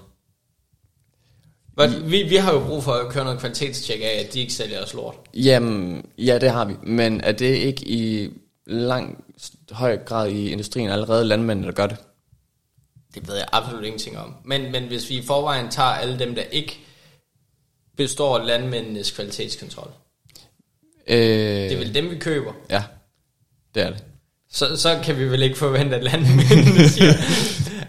Speaker 2: Hvad- Vi, vi har jo brug for at køre noget kvalitetstjek af, at de ikke sælger os lort.
Speaker 1: Jamen, ja, det har vi. Men er det ikke i lang høj grad i industrien allerede landmændene, der gør det?
Speaker 2: Det ved jeg absolut ingenting om. Men, men hvis vi i forvejen tager alle dem, der ikke består af landmændenes kvalitetskontrol.
Speaker 1: Øh,
Speaker 2: Det er vel dem, vi køber.
Speaker 1: Ja, det er det.
Speaker 2: Så, så kan vi vel ikke forvente, at landmændene [laughs] siger,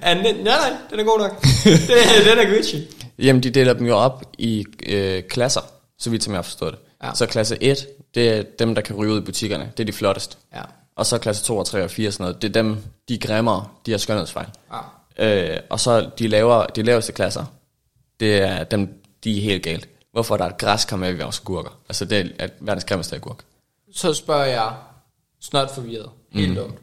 Speaker 2: at den, nej, nej, den er god nok. Det, den er Gucci.
Speaker 1: Jamen, de deler dem jo op i øh, klasser, så vidt som jeg har forstået det.
Speaker 2: Ja.
Speaker 1: Ja. Så klasse 1, det er dem, der kan ryge ud i butikkerne. Det er de flotteste.
Speaker 2: Ja.
Speaker 1: Og så klasse 2 og 3 og 4 og sådan noget. Det er dem, de er grimmere, de har skønhedsfejl.
Speaker 2: Ah.
Speaker 1: Øh, og så de, lavere, de laveste klasser, det er dem, de er helt galt. Hvorfor er der et græskar med ved vores gurker? Altså, det er at verdens grimmeste agurk.
Speaker 2: Så spørger jeg, snart forvirret, helt mm. dumt.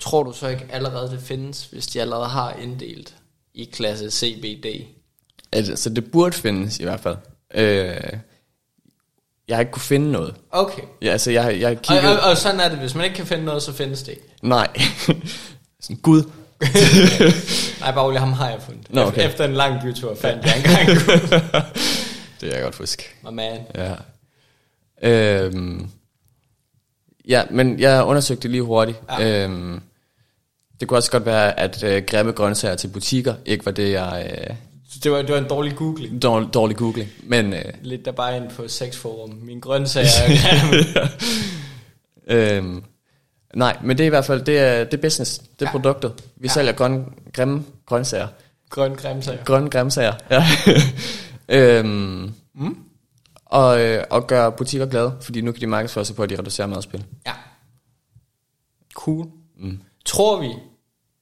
Speaker 2: Tror du så ikke allerede, det findes, hvis de allerede har inddelt i klasse CBD?
Speaker 1: Altså, så det burde findes i hvert fald. Øh, jeg har ikke kunne finde noget.
Speaker 2: Okay.
Speaker 1: Ja, altså, jeg, har- jeg har
Speaker 2: Og,
Speaker 1: kigget...
Speaker 2: og, og sådan er det. Hvis man ikke kan finde noget, så findes det ikke.
Speaker 1: Nej. [laughs] sådan, Gud.
Speaker 2: Nej, bare rolig, ham har jeg fundet.
Speaker 1: Nå, okay.
Speaker 2: Efter en lang bytur fandt jeg engang. [laughs]
Speaker 1: Det kan jeg godt huske.
Speaker 2: My man.
Speaker 1: Ja. Øhm, ja, men jeg undersøgte det lige hurtigt. Ja. Øhm, det kunne også godt være, at øh, grimme grøntsager til butikker ikke var det, jeg... Øh,
Speaker 2: Det var, det var en dårlig googling.
Speaker 1: dårlig, dårlig googling. Men [laughs] øh,
Speaker 2: Lidt der bare ind på sexforum. Min [laughs] grøntsager.
Speaker 1: øhm, nej, men det er i hvert fald det, er, det er business. Det er ja. produktet. Vi ja. sælger grønne, grimme grøntsager.
Speaker 2: Grøn grøntsager.
Speaker 1: Grønne grøntsager. Ja. [laughs] øhm, mm. og, øh, og gøre butikker glade, fordi nu kan de markedsføre sig på, at de reducerer madspil.
Speaker 2: Ja. Cool. Mm. Tror vi,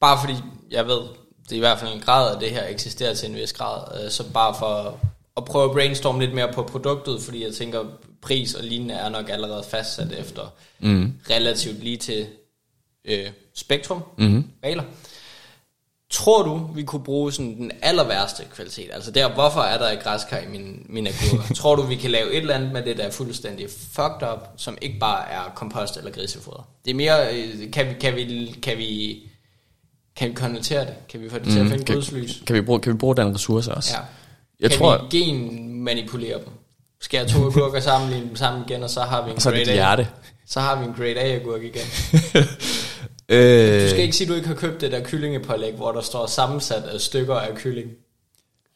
Speaker 2: bare fordi jeg ved, det er i hvert fald en grad af det her eksisterer til en vis grad, øh, så bare for at prøve at brainstorme lidt mere på produktet, fordi jeg tænker, pris og lignende er nok allerede fastsat efter mm. relativt lige til øh, spektrum, mm. regler. Tror du, vi kunne bruge sådan den aller værste kvalitet? Altså der, hvorfor er der et græskar i min, min
Speaker 1: [laughs]
Speaker 2: agurker? Tror du, vi kan lave et eller andet med det, der er fuldstændig fucked up, som ikke bare er kompost eller grisefoder? Det er mere, øh, kan vi, kan vi, kan vi, kan vi konvertere det? Kan vi få det til at finde
Speaker 1: Mm, kan,
Speaker 2: Guds lys?
Speaker 1: kan, vi bruge, kan vi bruge den ressource også?
Speaker 2: Ja.
Speaker 1: Jeg
Speaker 2: kan
Speaker 1: tror-
Speaker 2: vi genmanipulere dem?
Speaker 1: [laughs]
Speaker 2: Skal jeg to agurker sammen, ligne dem sammen igen, og så har vi en
Speaker 1: så er det
Speaker 2: grade
Speaker 1: dit hjerte.
Speaker 2: Så har vi en grade A-agurk igen. Du
Speaker 1: Øh,
Speaker 2: skal ikke sige, at du ikke har købt det der kyllingepålæg, hvor der står sammensat af stykker af kylling.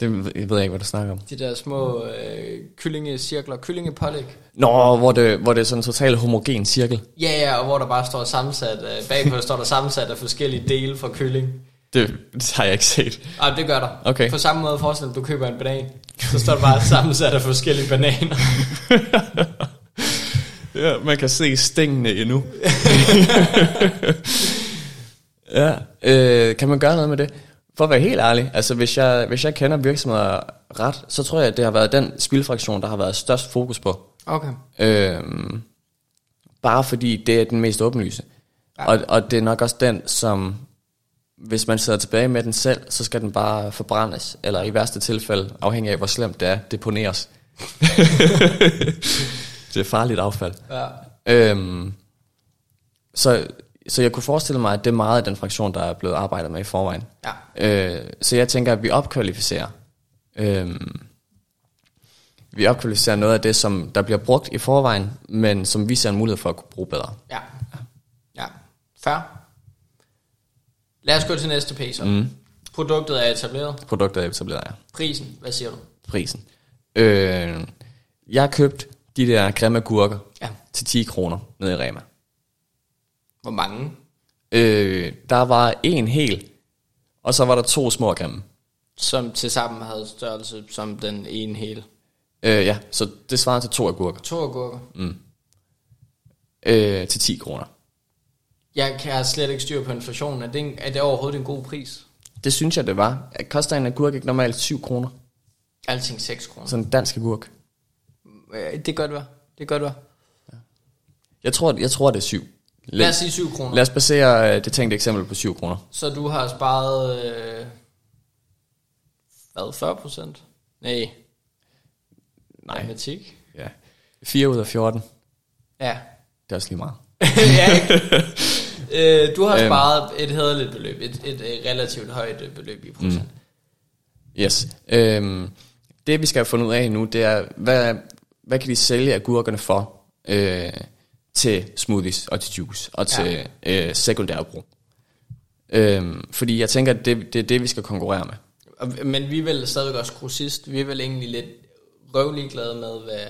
Speaker 1: det jeg ved jeg ikke, hvad du snakker om.
Speaker 2: De der små øh, kyllingecirkler, kyllingepålæg.
Speaker 1: Nå, hvor det, hvor det er sådan en total homogen cirkel.
Speaker 2: Ja, ja, og hvor der bare står sammensat, øh, bagpå står der sammensat af forskellige dele fra kylling.
Speaker 1: Det, det har jeg ikke set.
Speaker 2: Ej, det gør der.
Speaker 1: Okay.
Speaker 2: På samme måde forestil dig, at du køber en banan, så står der bare sammensat af forskellige bananer.
Speaker 1: Ja, man kan se stængene endnu. [laughs] ja, øh, kan man gøre noget med det? For at være helt ærlig, altså hvis jeg, hvis jeg kender virksomheder ret, så tror jeg, at det har været den spilfraktion, der har været størst fokus på.
Speaker 2: Okay.
Speaker 1: Øhm, bare fordi det er den mest åbenlyse. Ja. Og, og det er nok også den, som hvis man sidder tilbage med den selv, så skal den bare forbrændes, eller i værste tilfælde, afhængig af hvor slemt det er, deponeres. det er farligt affald.
Speaker 2: Ja.
Speaker 1: Øhm, så, så jeg kunne forestille mig, at det er meget af den fraktion, der er blevet arbejdet med i forvejen.
Speaker 2: Ja.
Speaker 1: Øh, så jeg tænker, at vi opkvalificerer. Øhm, vi opkvalificerer noget af det, som der bliver brugt i forvejen, men som vi ser en mulighed for at kunne bruge bedre.
Speaker 2: Ja. Ja. Fair. Lad os gå til næste pacer. Mm. Produktet er etableret.
Speaker 1: Produkter etablerer jeg.
Speaker 2: Prisen, hvad siger du?
Speaker 1: Prisen. Øh, jeg har købt de der grimme gurker
Speaker 2: Ja.
Speaker 1: til 10 kroner nede i Rema.
Speaker 2: Hvor mange?
Speaker 1: Øh, der var en hel, og så var der to små grimme.
Speaker 2: Som tilsammen havde størrelse som den ene hele.
Speaker 1: Øh, ja, så det svarer til to agurker.
Speaker 2: To agurker.
Speaker 1: Øh, til 10 kroner.
Speaker 2: Jeg kan har slet ikke styr på inflationen. Er det, en, er det overhovedet en god pris?
Speaker 1: Det synes jeg, det var. Koster en agurk ikke normalt 7 kroner?
Speaker 2: Alting 6 kroner. Så.
Speaker 1: Sådan en dansk agurk.
Speaker 2: Øh, Det kan godt være. Det kan godt være.
Speaker 1: Jeg tror, jeg tror det er 7.
Speaker 2: Lad os sige 7 kroner.
Speaker 1: Lad os basere øh, det tænkte eksempel på 7 kroner.
Speaker 2: Så du har sparet... Øh, hvad? 40 procent? Nej.
Speaker 1: Nej.
Speaker 2: Matematik?
Speaker 1: Ja. 4 ud af 14.
Speaker 2: Ja.
Speaker 1: Det er også lige meget.
Speaker 2: [laughs] ja, ikke? [laughs] Øh, du har sparet et hederligt beløb. Et, et, øh, relativt højt øh, beløb i procent. Mm.
Speaker 1: Yes. Øhm, det vi skal have fundet ud af nu, det er, hvad, hvad kan de sælge agurkerne for øh, til smoothies og til juice og til ja. øh, sekundærbrug? Øh, fordi jeg tænker, at det, det er det, vi skal konkurrere med.
Speaker 2: Og- Men vi er vel stadigvæk også grossist. Vi er vel egentlig lidt røvlig glade med, hvad...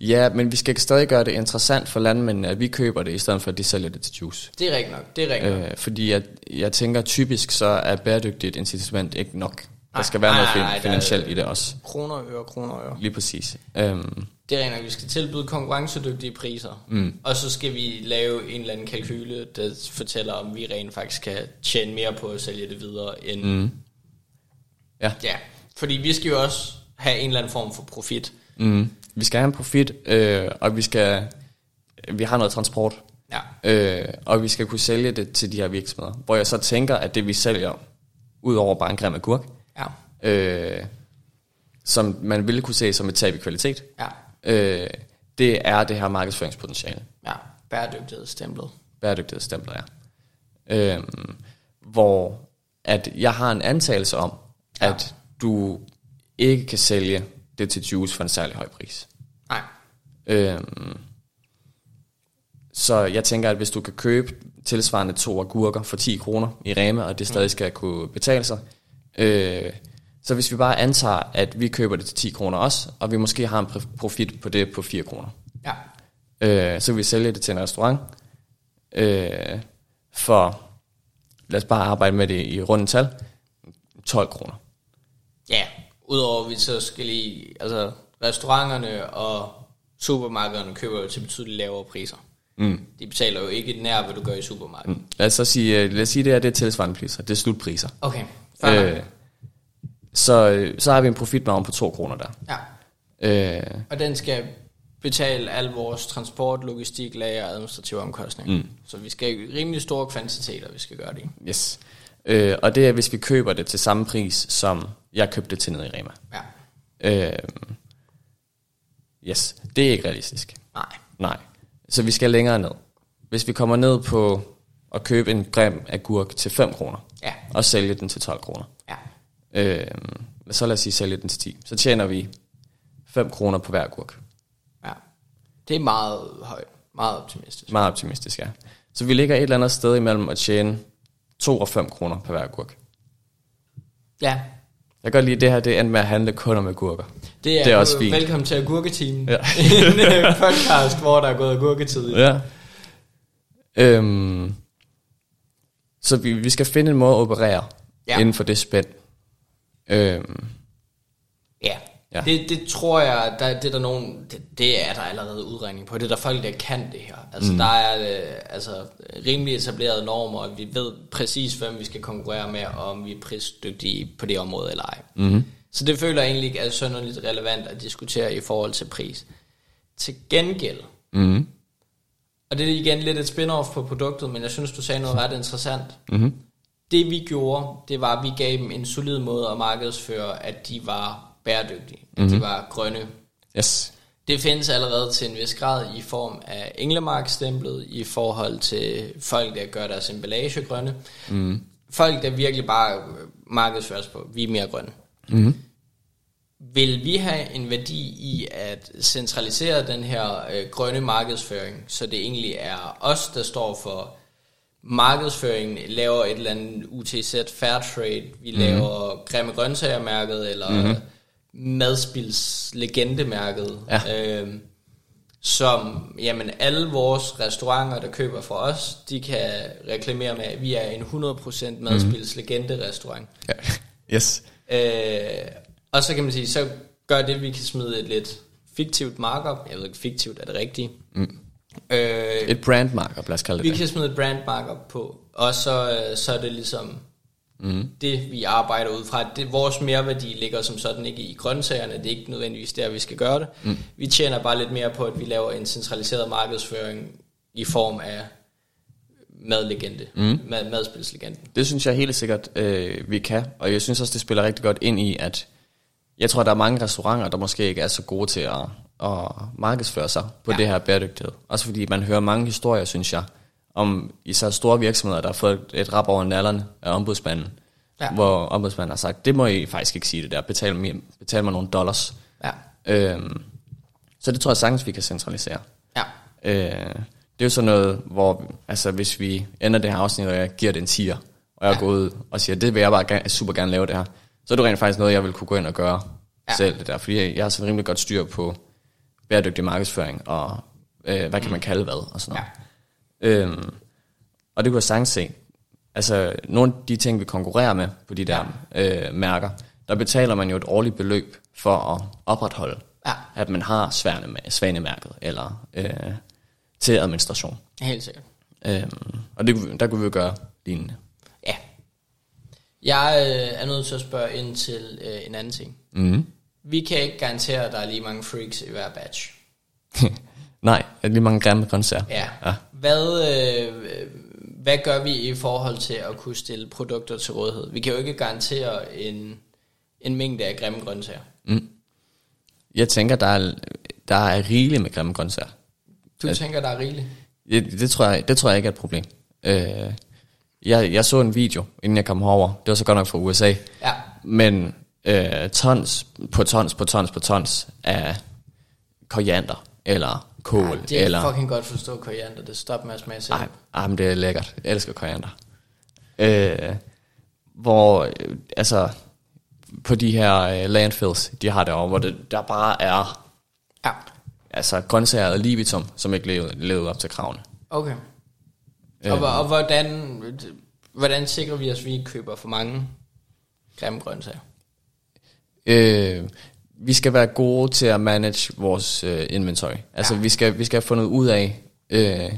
Speaker 1: Ja, men vi skal stadig gøre det interessant for landmændene, at vi køber det, i stedet for at de sælger det til juice.
Speaker 2: Det er rigtigt nok, det er rigtigt nok.
Speaker 1: Øh, fordi jeg, jeg tænker, typisk så er bæredygtigt incitament ikke nok. Der
Speaker 2: Nej,
Speaker 1: skal være noget
Speaker 2: nej, Ah. nej,
Speaker 1: fin-
Speaker 2: der-
Speaker 1: finansielt i det også.
Speaker 2: Kroner og øre, kroner og øre.
Speaker 1: Lige præcis. Øhm,
Speaker 2: Det er rigtigt nok, vi skal tilbyde konkurrencedygtige priser. Mm. Og så skal vi lave en eller anden kalkyle, der fortæller, om vi rent faktisk kan tjene mere på at sælge det videre end... Mm.
Speaker 1: Ja.
Speaker 2: Ja, fordi vi skal jo også have en eller anden form for profit.
Speaker 1: mm, vi skal have en profit, øh, og vi skal vi har noget transport,
Speaker 2: Ja.
Speaker 1: øh, og vi skal kunne sælge det til de her virksomheder. Hvor jeg så tænker, at det vi sælger, ud over bare en grim agurk,
Speaker 2: Ja.
Speaker 1: øh, som man ville kunne se som et tab i kvalitet,
Speaker 2: Ja.
Speaker 1: øh, det er det her markedsføringspotentiale.
Speaker 2: Ja. Bæredygtighedsstemplet.
Speaker 1: bæredygtighedsstempler er. Øhm, hvor at jeg har en antagelse om, ja. at du ikke kan sælge det til juice for en særlig høj pris.
Speaker 2: Nej.
Speaker 1: Øhm, så jeg tænker, at hvis du kan købe tilsvarende to agurker for 10 kroner i Rema, og det stadig skal kunne betale sig, øh, så hvis vi bare antager, at vi køber det til 10 kroner også, og vi måske har en pr- profit på det på 4 kroner,
Speaker 2: Ja.
Speaker 1: Øh, så kan vi sælge det til en restaurant. Øh, for, lad os bare arbejde med det i runde tal, 12 kroner.
Speaker 2: Ja. Udover at vi så skal lige... Altså, restauranterne og supermarkederne køber jo til betydeligt lavere priser. Mm. De betaler jo ikke nær, hvad du gør i supermarkedet. Mm.
Speaker 1: Lad os så sige, øh, lad os sige det her, det er tilsvarende priser. Det er slutpriser.
Speaker 2: Okay. Øh.
Speaker 1: Øh, så, øh, så har vi en profitmargin på 2 kroner der.
Speaker 2: Ja.
Speaker 1: Øh,
Speaker 2: Og den skal betale al vores transport, logistik, lager og administrative omkostninger. Mm. Så vi skal i rimelig store kvantiteter, vi skal gøre det i.
Speaker 1: yes. Øh, og det er, hvis vi køber det til samme pris, som jeg købte det til nede i Rema.
Speaker 2: Ja.
Speaker 1: Øh, yes, det er ikke realistisk.
Speaker 2: Nej.
Speaker 1: Nej. Så vi skal længere ned. Hvis vi kommer ned på at købe en grim agurk til 5 kroner,
Speaker 2: Ja.
Speaker 1: og sælge den til 12 kroner,
Speaker 2: Ja.
Speaker 1: øh, så lad os sige sælge den til 10, så tjener vi 5 kroner på hver agurk.
Speaker 2: Ja. Det er meget højt. Meget optimistisk.
Speaker 1: Meget optimistisk, ja. Så vi ligger et eller andet sted imellem at tjene 2 og 5 kroner på hver agurk.
Speaker 2: Ja.
Speaker 1: Jeg kan godt lide, at det her det endte med at handle kun om agurker.
Speaker 2: Det er,
Speaker 1: det er også
Speaker 2: øh,
Speaker 1: fint.
Speaker 2: Velkommen til Agurketimen.
Speaker 1: Ja.
Speaker 2: Ja. [laughs] en øh, podcast, hvor der er gået agurketid. i.
Speaker 1: Ja. Øhm, så vi, vi skal finde en måde at operere ja.
Speaker 2: Ja.
Speaker 1: inden for det spænd. Øhm,
Speaker 2: Ja.
Speaker 1: Ja.
Speaker 2: ja. Det, det tror jeg, der, det er der nogen, det, det er der allerede udregning på. Det er der folk, der kan det her. Altså, mm. der er øh, altså, rimelig etablerede normer, og vi ved præcis, hvem vi skal konkurrere med, og om vi er prisdygtige på det område eller ej. Mm. Så det føler jeg egentlig ikke er synderligt relevant at diskutere i forhold til pris. Til gengæld,
Speaker 1: mm,
Speaker 2: Og det er igen lidt et spin-off på produktet, men jeg synes, du sagde noget ret interessant. Mm-hmm. Det vi gjorde, det var, at vi gav dem en solid måde at markedsføre, at de var bæredygtige, mm-hmm. at de var grønne.
Speaker 1: yes.
Speaker 2: Det findes allerede til en vis grad i form af englemarkstemplet i forhold til folk, der gør deres emballage grønne. Mm. Folk, der virkelig bare øh, markedsføres på, vi er mere grønne.
Speaker 1: Mm.
Speaker 2: Vil vi have en værdi i at centralisere den her øh, grønne markedsføring, så det egentlig er os, der står for markedsføringen, laver et eller andet UTZ Fair Trade, vi mm. laver grimme grøntsagermærket, eller mm. madspils legendemærket, ja. øh, som jamen, alle vores restauranter, der køber fra os, de kan reklamere med, at vi er en 100% madspils legende restaurant.
Speaker 1: Ja. Yes.
Speaker 2: Øh, og så kan man sige, så gør det, at vi kan smide et lidt fiktivt markup. Jeg ved ikke, fiktivt er det rigtige. Mm. Øh,
Speaker 1: Et brandmarker, lad os kalde
Speaker 2: vi
Speaker 1: det det.
Speaker 2: kan smide et brand markup på, og så, øh, så er det ligesom mm. det, vi arbejder ud fra. Det, vores merværdi ligger som sådan ikke i grøntsagerne. Det er ikke nødvendigvis der, vi skal gøre det. Mm. Vi tjener bare lidt mere på, at vi laver en centraliseret markedsføring i form af madlegende, mm. mad, madspilslegenden.
Speaker 1: Det synes jeg helt sikkert, øh, vi kan. Og jeg synes også, det spiller rigtig godt ind i, at jeg tror, der er mange restauranter, der måske ikke er så gode til at, at markedsføre sig på ja. det her bæredygtighed. Også fordi man hører mange historier, synes jeg, om især store virksomheder, der har fået et rap over nallerne af ombudsmanden,
Speaker 2: Ja.
Speaker 1: ja. hvor ombudsmanden har sagt, det må I faktisk ikke sige det der, betal mig, betal mig nogle dollars.
Speaker 2: Ja.
Speaker 1: Øhm, så det tror jeg sagtens, vi kan centralisere.
Speaker 2: Ja.
Speaker 1: Øh, det er jo sådan noget, hvor altså, hvis vi ender det her afsnit, og jeg giver det en 10'er, og jeg ja. går ud og siger, det vil jeg bare gerne, super gerne lave det her, så er det rent faktisk noget, jeg vil kunne gå ind og gøre
Speaker 2: Ja.
Speaker 1: ja. selv det der. Fordi jeg, jeg har så rimelig godt styr på bæredygtig markedsføring, og øh, hvad kan man kalde hvad, og sådan noget. Ja. Øhm, og det kunne jeg sagtens se. Altså, nogle af de ting, vi konkurrerer med på de der øh, mærker, der betaler man jo et årligt beløb for at opretholde,
Speaker 2: Ja.
Speaker 1: at man har svane, svanemærket eller øh, til administration.
Speaker 2: Helt sikkert.
Speaker 1: Øhm, og det, kunne vi- der kunne vi jo gøre lignende. [laughs]
Speaker 2: Ja. Jeg øh, er nødt til at spørge ind til øh, en anden ting.
Speaker 1: Mm.
Speaker 2: Vi kan ikke garantere, at der er lige mange freaks i hver batch.
Speaker 1: Nej, er det lige mange grimme grøntsager.
Speaker 2: Ja.
Speaker 1: ja.
Speaker 2: Hvad, øh, øh, hvad gør vi i forhold til at kunne stille produkter til rådighed? Vi kan jo ikke garantere en, en mængde af grimme grøntsager.
Speaker 1: Jeg tænker, der er, der er rigeligt med grimme grøntsager.
Speaker 2: Du tænker, der er rigeligt?
Speaker 1: Det, det, tror jeg, det tror jeg ikke er et problem. Øh, jeg, jeg så en video, inden jeg kom herover. Det var så godt nok fra USA.
Speaker 2: Ja.
Speaker 1: Men øh, tons på tons på tons på tons af koriander, eller kål,
Speaker 2: Det kan
Speaker 1: eller...
Speaker 2: jeg fucking godt forstå, koriander. Det stopper med at smage selv.
Speaker 1: Ej, ej, men det er lækkert. Jeg elsker koriander. Øh, hvor, øh, altså, på de her øh, landfills, de har derovre, hvor det, der bare er
Speaker 2: Ja.
Speaker 1: altså, grøntsager og libitum, som ikke levede, levede op til kravene.
Speaker 2: Okay.
Speaker 1: Øhm.
Speaker 2: Og, hvor- og hvordan, hvordan sikrer vi os, at vi ikke køber for mange grimme grøntsager?
Speaker 1: Øh, vi skal være gode til at manage vores øh, inventory. Altså, ja. vi, skal, vi skal have fundet ud af, øh,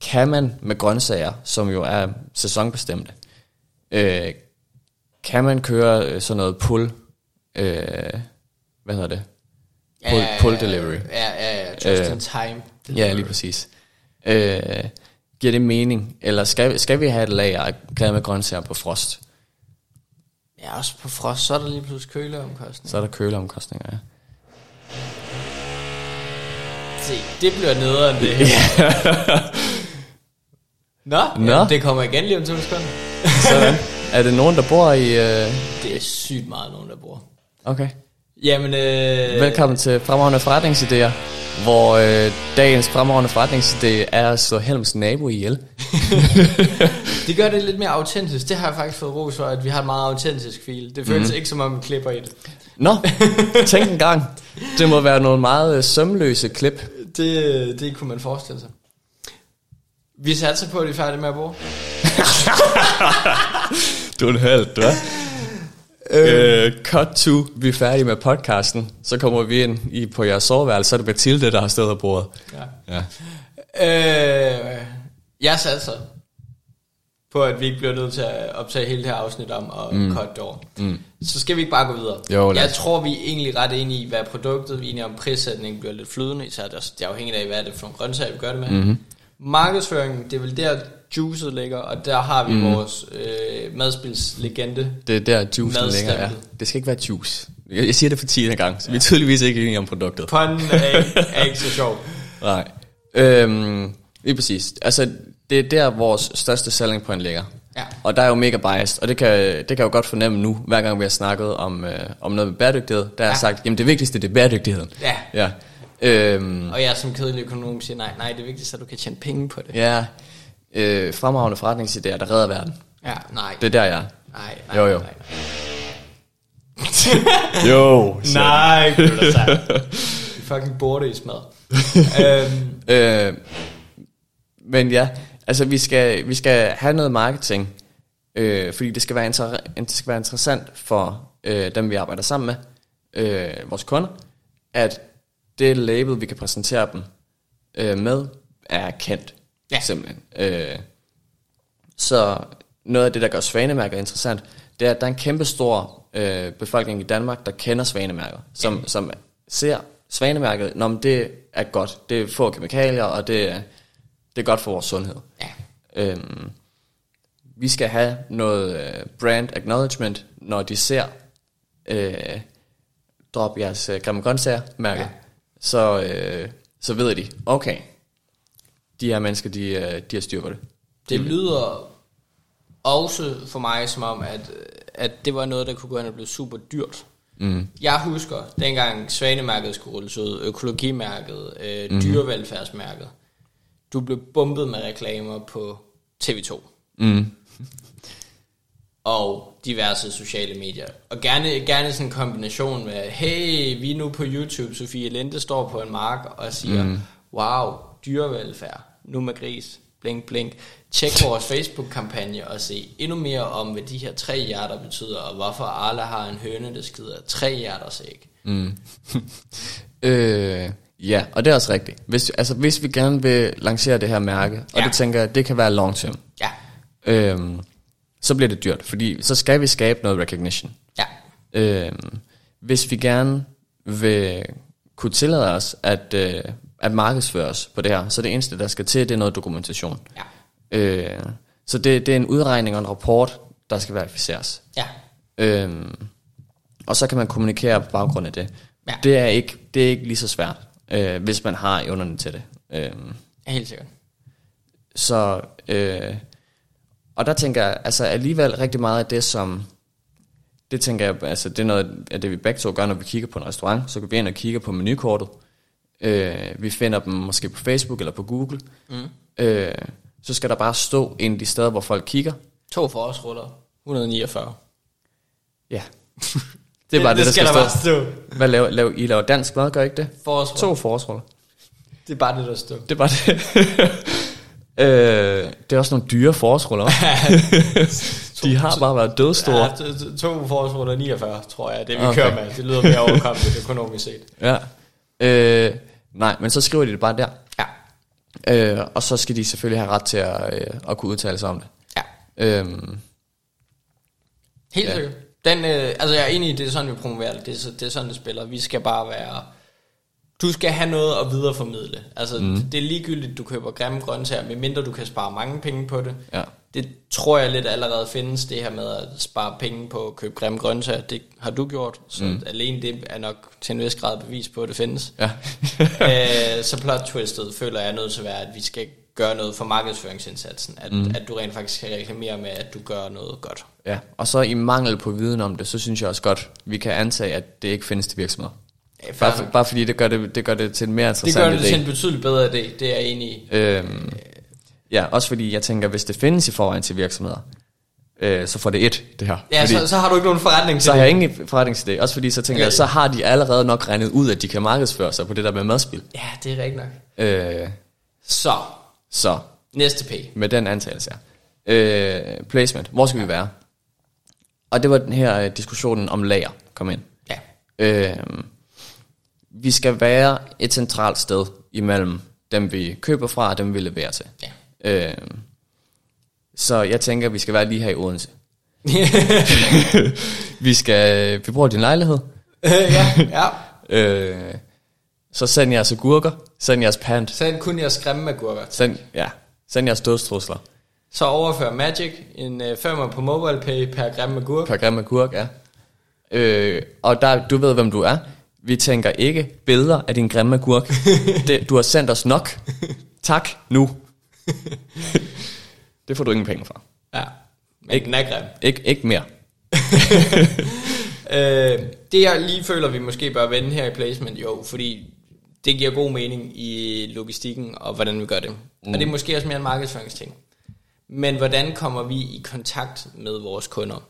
Speaker 1: kan man med grøntsager, som jo er sæsonbestemte, øh, kan man køre øh, sådan noget pull, øh, hvad hedder det? Pull,
Speaker 2: Ja,
Speaker 1: pull delivery.
Speaker 2: Ja, ja, ja. Just in time.
Speaker 1: Øh. Ja, lige præcis. Øh, giver det mening? Eller skal, skal vi have et lager af grimme grøntsager på frost?
Speaker 2: Ja, også på frost, så er der lige pludselig køleomkostning.
Speaker 1: Så er der køleomkostninger,
Speaker 2: [laughs]
Speaker 1: ja.
Speaker 2: Se, det bliver nederen
Speaker 1: [laughs]
Speaker 2: det her. Nå,
Speaker 1: Nå.
Speaker 2: Ja, det kommer igen lige om to sekunder.
Speaker 1: Sådan. er det nogen, der bor i... Øh...
Speaker 2: Det er sygt meget nogen, der bruger.
Speaker 1: Okay.
Speaker 2: Jamen, øh,
Speaker 1: Velkommen til Fremragende Forretningsidéer, hvor øh, dagens fremragende forretningsidé er at slå Helms nabo ihjel.
Speaker 2: det gør det lidt mere autentisk. Det har jeg faktisk fået ros for, at vi har en meget autentisk fil. Det
Speaker 1: Mhm.
Speaker 2: føles mm. ikke som om, man klipper i det.
Speaker 1: [laughs] Nå, tænk en gang. Det må være nogle meget øh, sømløse klip.
Speaker 2: det. Det kunne man forestille sig. Vi satser på, at de er færdige med at bruge.
Speaker 1: Du er en held, du er. Øh, cut to, vi er færdige med podcasten. Så kommer vi ind i, på jeres soveværelse, så er det Mathilde, der har stået og bordet.
Speaker 2: Ja.
Speaker 1: Ja.
Speaker 2: Øh, jeg satser på, at vi ikke bliver nødt til at optage hele det her afsnit om og mm. cut door. Mm. Så skal vi ikke bare gå videre.
Speaker 1: Jo, lad os.
Speaker 2: jeg tror, vi er egentlig ret enige i, hvad produktet, vi er enige om prissætningen bliver lidt flydende, især det er også- det er afhængigt af, hvad det er for nogle grøntsager, vi gør det med. Mm-hmm. Markedsføringen, det er vel der, juicet ligger, og der har vi mm. vores øh, madspilslegende.
Speaker 1: Det er der juicen ligger. Ja.
Speaker 2: Madstemplet.
Speaker 1: Det skal ikke være juice. Jeg, jeg siger det for 10. gang, så vi er tydeligvis ikke enige om produktet.
Speaker 2: Ponden er, ikke- er ikke så sjov.
Speaker 1: Nej. Øhm, lige præcis. Altså, det er der, vores største selling point ligger.
Speaker 2: Ja.
Speaker 1: Og der er jo mega biased, og det kan, det kan jeg jo godt fornemme nu, hver gang vi har snakket om, øh, om noget med bæredygtighed, der ja.
Speaker 2: Ja.
Speaker 1: har sagt, jamen det vigtigste, det er bæredygtigheden.
Speaker 2: Ja.
Speaker 1: Ja. Øhm,
Speaker 2: Og jeg som kedelig økonom siger, nej, nej, det vigtigste er, at du kan tjene penge på det.
Speaker 1: ja. Øh, fremragende forretningsidéer, der redder verden.
Speaker 2: Ja, nej,
Speaker 1: Det er der, jeg er.
Speaker 2: nej, nej,
Speaker 1: Jo, jo. [laughs]
Speaker 2: nej, nej. [laughs]
Speaker 1: Jo.
Speaker 2: Nej, Vi fucking borde
Speaker 1: [laughs]
Speaker 2: i smad. øhm,
Speaker 1: Øh, men ja, altså vi skal, vi skal have noget marketing, øh, fordi det skal, være inter- det skal være interessant for øh, dem, vi arbejder sammen med, øh, vores kunder, at det label, vi kan præsentere dem øh, med, er kendt.
Speaker 2: Ja.
Speaker 1: Simpelthen. Øh, så noget af det, der gør svanemærket interessant, det er, at der er en kæmpe stor øh, befolkning i Danmark, der kender svanemærket, som,
Speaker 2: Mm.
Speaker 1: ja. som ser svanemærket, når det er godt, det er få kemikalier, og det er, det er godt for vores sundhed.
Speaker 2: ja.
Speaker 1: Øhm, vi skal have noget øh, brand acknowledgement, når de ser øh, drop jeres øh, grimme grøntsager mærke,
Speaker 2: Ja.
Speaker 1: ja. så, øh, så ved de, okay, de her mennesker, de, øh, de har styr på det.
Speaker 2: Det lyder også for mig som om, at, øh, at det var noget, der kunne gå hen og blive super dyrt. Mm. Jeg husker, dengang Svanemærket skulle rulles ud, økologimærket, øh,
Speaker 1: Mhm.
Speaker 2: mm. dyrevelfærdsmærket, du blev bumpet med reklamer på TV2
Speaker 1: Mm.
Speaker 2: og diverse sociale medier. Og gerne, gerne sådan en kombination med, hey, vi er nu på YouTube, Sofie Linde står på en mark og siger, mm. wow, dyrevelfærd, nu med gris, blink, blink. Tjek vores Facebook-kampagne og se endnu mere om, hvad de her tre hjerter betyder, og hvorfor Arla har en høne, der skider tre hjerters æg.
Speaker 1: Øh, ja, og det er også rigtigt. Hvis, altså, hvis vi gerne vil lancere det her mærke, og
Speaker 2: Ja.
Speaker 1: det tænker jeg, det kan være long term,
Speaker 2: Ja,
Speaker 1: øhm, så bliver det dyrt, fordi så skal vi skabe noget recognition.
Speaker 2: ja,
Speaker 1: Øhm, hvis vi gerne vil kunne tillade os at, øh, at markedsføre os på det her, så det eneste, der skal til, det er noget dokumentation.
Speaker 2: ja,
Speaker 1: Øh, så det, det er en udregning og en rapport, der skal verificeres.
Speaker 2: ja,
Speaker 1: Øhm, og så kan man kommunikere på baggrund af det.
Speaker 2: Ja.
Speaker 1: Det, er ikke, det er ikke lige så svært, øh, hvis man har evnerne til det. Øhm,
Speaker 2: helt sikkert.
Speaker 1: så, øh, og der tænker jeg altså alligevel rigtig meget af det, som, det tænker jeg, altså det er noget af det, vi begge to gør, når vi kigger på en restaurant, så går vi ind og kigger på menukortet. Øh, vi finder dem måske på Facebook eller på Google. Mm. Øh, så skal der bare stå en af de steder, hvor folk kigger.
Speaker 2: To forårsruller, 149.
Speaker 1: [laughs] Ja. Det er bare det, det, der skal,
Speaker 2: der
Speaker 1: stå.
Speaker 2: bare stå.
Speaker 1: Hvad laver, laver, I laver dansk mad, gør I ikke det?
Speaker 2: Forårsruller.
Speaker 1: To forårsruller.
Speaker 2: Det er bare det, der står.
Speaker 1: Det [laughs] var det. øh, det er også nogle dyre forårsruller. [laughs] de har bare været dødstore.
Speaker 2: Ja, to, øh, to- to forårsruller 49, tror jeg, er det vi
Speaker 1: Okay.
Speaker 2: okay. kører med. Det lyder mere overkommeligt økonomisk set.
Speaker 1: Ja. Øh, nej, men så skriver de det bare der.
Speaker 2: Ja,
Speaker 1: Øh, og så skal de selvfølgelig have ret til at, øh, at kunne udtale sig om det.
Speaker 2: ja.
Speaker 1: Øhm,
Speaker 2: Helt
Speaker 1: Ja.
Speaker 2: ja. sikkert. Den, øh, altså jeg er enig i, det er sådan, vi promoverer det. Det er, så- det er sådan, det spiller. Vi skal bare være... Du skal have noget at videreformidle. Altså,
Speaker 1: Mhm.
Speaker 2: mm. det er ligegyldigt, du køber grimme grøntsager, medmindre du kan spare mange penge på det.
Speaker 1: Ja.
Speaker 2: Det tror jeg lidt allerede findes, det her med at spare penge på at købe grimme grøntsager. Det har du gjort, så mm. alene det er nok til en vis grad bevis på, at det findes.
Speaker 1: Mhm. ja. [laughs]
Speaker 2: [laughs] øh, så plot twistet føler jeg er nødt til at være, at vi skal gøre noget for markedsføringsindsatsen. At,
Speaker 1: Mhm.
Speaker 2: mm. at du rent faktisk kan reklamere med, at du gør noget godt.
Speaker 1: ja. Og så i mangel på viden om det, så synes jeg også godt, vi kan antage, at det ikke findes til virksomheder.
Speaker 2: Ja, fair
Speaker 1: Bare,
Speaker 2: nok.
Speaker 1: for, bare fordi det gør det, det gør det til Altså, en mere
Speaker 2: Det
Speaker 1: interessant
Speaker 2: gør det
Speaker 1: idé.
Speaker 2: til en betydeligt bedre idé, det er jeg enig i.
Speaker 1: Øhm, ja, også fordi jeg tænker, hvis det findes i forvejen til virksomheder, øh, så får det et, det her.
Speaker 2: Ja,
Speaker 1: fordi,
Speaker 2: så, så har du ikke nogen forretning til
Speaker 1: så har
Speaker 2: det.
Speaker 1: jeg ingen forretningsidé. Også fordi så tænker
Speaker 2: Ja.
Speaker 1: jeg, så har de allerede nok regnet ud, at de kan markedsføre sig på det der med madspil.
Speaker 2: Ja, det er rigtigt nok.
Speaker 1: Øh,
Speaker 2: Så,
Speaker 1: så
Speaker 2: næste P.
Speaker 1: med den antagelse her. Øh, placement. Hvor skal vi være? Og det var den her øh, diskussionen om lager kom ind.
Speaker 2: Ja,
Speaker 1: Øh, vi skal være et centralt sted imellem dem, vi køber fra, og dem, vi leverer til.
Speaker 2: ja.
Speaker 1: Øh, så jeg tænker, vi skal være lige her i Odense. vi skal, øh, vi bruger din lejlighed.
Speaker 2: ja, [laughs] ja.
Speaker 1: Øh, så send jeres agurker, send jeres pant,
Speaker 2: Så kun jeg skræmme med gurker.
Speaker 1: send, ja, send jeres dødstrusler.
Speaker 2: Så overfør Magic en øh, femmer på MobilePay per grimme med gurk.
Speaker 1: Per gram agurk, ja. Øh, og der, du ved, hvem du er. Vi tænker ikke billeder af din grimme agurk. Det, du har sendt os nok. Tak, nu. Det får du ingen penge for.
Speaker 2: Ja, men den er grim.
Speaker 1: Ik, ikke mere.
Speaker 2: Øh, det jeg lige føler, vi måske bør vende her i placement, jo, fordi det giver god mening i logistikken og hvordan vi gør det. Mm. Og det er måske også mere en markedsføringsting. Men hvordan kommer vi i kontakt med vores kunder?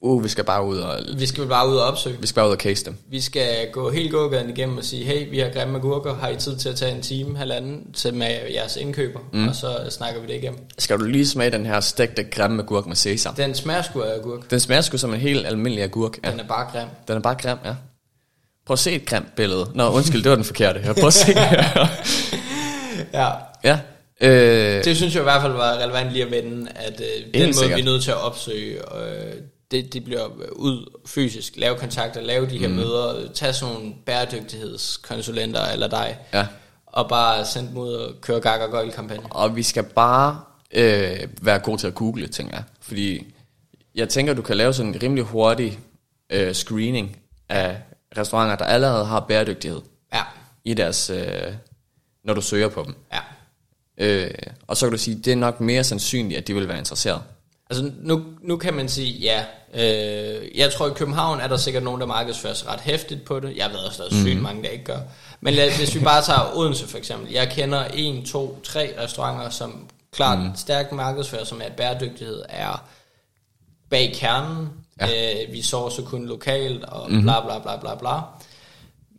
Speaker 1: Uh, vi skal bare ud og,
Speaker 2: Vi skal vel bare ud og opsøge.
Speaker 1: vi skal bare ud og case dem.
Speaker 2: Vi skal gå helt gågaden igennem og sige, hey, vi har grimme agurker, har I tid til at tage en time, halvanden, til med jeres indkøber, mm. og så snakker vi det igennem.
Speaker 1: Skal du lige smage den her stegte grimme agurk med sesam?
Speaker 2: Den smager sgu af agurk.
Speaker 1: Den smager sgu som en helt almindelig agurk. Ja.
Speaker 2: Den er bare grim.
Speaker 1: Den er bare grim, ja. Prøv at se et grimt billede. Nå, undskyld, det var den forkerte. her. Prøv at se.
Speaker 2: Ja.
Speaker 1: ja. Øh,
Speaker 2: Det synes jeg i hvert fald var relevant lige at vende, at øh, den måde,
Speaker 1: Helt sikkert.
Speaker 2: vi er nødt til at opsøge, øh, det, det bliver ud fysisk, lave kontakter, lave de her mm. møder, øh, tage sådan nogle bæredygtighedskonsulenter eller dig,
Speaker 1: Ja.
Speaker 2: og bare sende dem ud og køre gak og gøjl kampagne.
Speaker 1: og vi skal bare øh, være gode til at google, tænker jeg. Fordi jeg tænker, du kan lave sådan en rimelig hurtig øh, screening af restauranter, der allerede har bæredygtighed
Speaker 2: Ja,
Speaker 1: i deres, øh, når du søger på dem.
Speaker 2: ja,
Speaker 1: Øh, og så kan du sige, det er nok mere sandsynligt, at de vil være interesseret.
Speaker 2: Altså nu, nu kan man sige, ja, øh, jeg tror i København er der sikkert nogen, der markedsfører sig ret hæftigt på det. Jeg ved også, der er sygt mm. mange, der ikke gør. Men lad, hvis vi bare tager Odense for eksempel. Jeg kender en, to, tre restauranter, som klart mm. stærkt markedsfører som at bæredygtighed er bag kernen. Ja. Øh, vi sover så kun lokalt og mm. bla bla bla bla bla.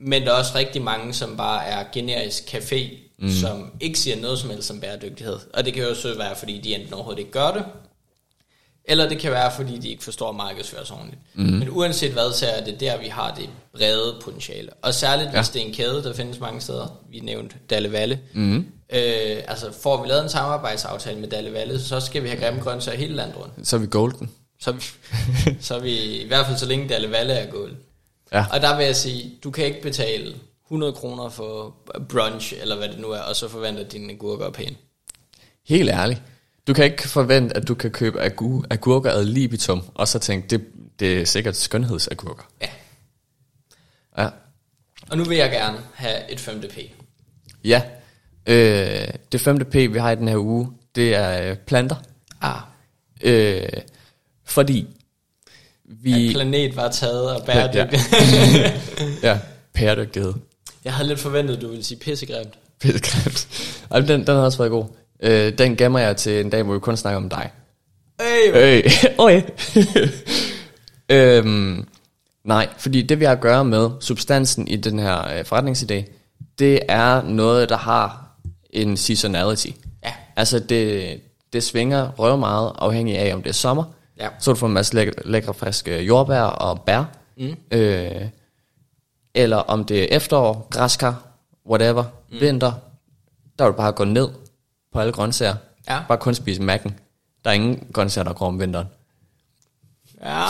Speaker 2: Men der er også rigtig mange, som bare er generisk café, mm. som ikke siger noget som helst om bæredygtighed. Og det kan jo så være, fordi de enten overhovedet ikke gør det, eller det kan være, fordi de ikke forstår markedsføres ordentligt. Mm. Men uanset hvad, så er det der, vi har det brede potentiale. Og særligt, ja. hvis det er en kæde, der findes mange steder. Vi nævnte Dalle Valle. Mm. Øh, altså, får vi lavet en samarbejdsaftale med Dalle Valle, så skal vi have grimme grøntsager hele landet rundt.
Speaker 1: Så er vi golden.
Speaker 2: Så, er [laughs] vi- så er vi, i hvert fald så længe Dalle Valle er gået.
Speaker 1: Ja.
Speaker 2: Og der vil jeg sige, du kan ikke betale 100 kroner for brunch, eller hvad det nu er, og så forventer at dine gurker er pæne.
Speaker 1: Helt ærligt. Du kan ikke forvente, at du kan købe agu- agurker ad libitum, og så tænke, det, det er sikkert skønhedsagurker.
Speaker 2: Ja.
Speaker 1: Ja.
Speaker 2: Og nu vil jeg gerne have et 5DP.
Speaker 1: Ja. Øh, det femte P, vi har i den her uge, det er øh, planter.
Speaker 2: Ah,
Speaker 1: Øh, fordi
Speaker 2: at
Speaker 1: vi...
Speaker 2: planet var taget og bæredygtig. [laughs] Ja.
Speaker 1: ja, pæredygtighed.
Speaker 2: Jeg havde lidt forventet, at du ville sige pissegrimt.
Speaker 1: Pædekræft. Ej, men den, den har også været god. Øh, den gemmer jeg til en dag, hvor vi kun snakker om dig.
Speaker 2: Øh,
Speaker 1: Øh, okay. [laughs] øhm, nej, fordi det vi har at gøre med substansen i den her øh, forretningsidé, det er noget, der har en seasonality.
Speaker 2: Ja.
Speaker 1: Altså det, det svinger røv meget afhængig af, om det er sommer.
Speaker 2: Ja.
Speaker 1: Så du får en masse lækre, lækre friske jordbær og bær. Mm. Øh, eller om det er efterår, græskar, whatever, mm. vinter, der vil du bare gå ned på alle grøntsager.
Speaker 2: Ja.
Speaker 1: Bare kun spise makken. Der er ingen grøntsager, der går om vinteren.
Speaker 2: [laughs] ja.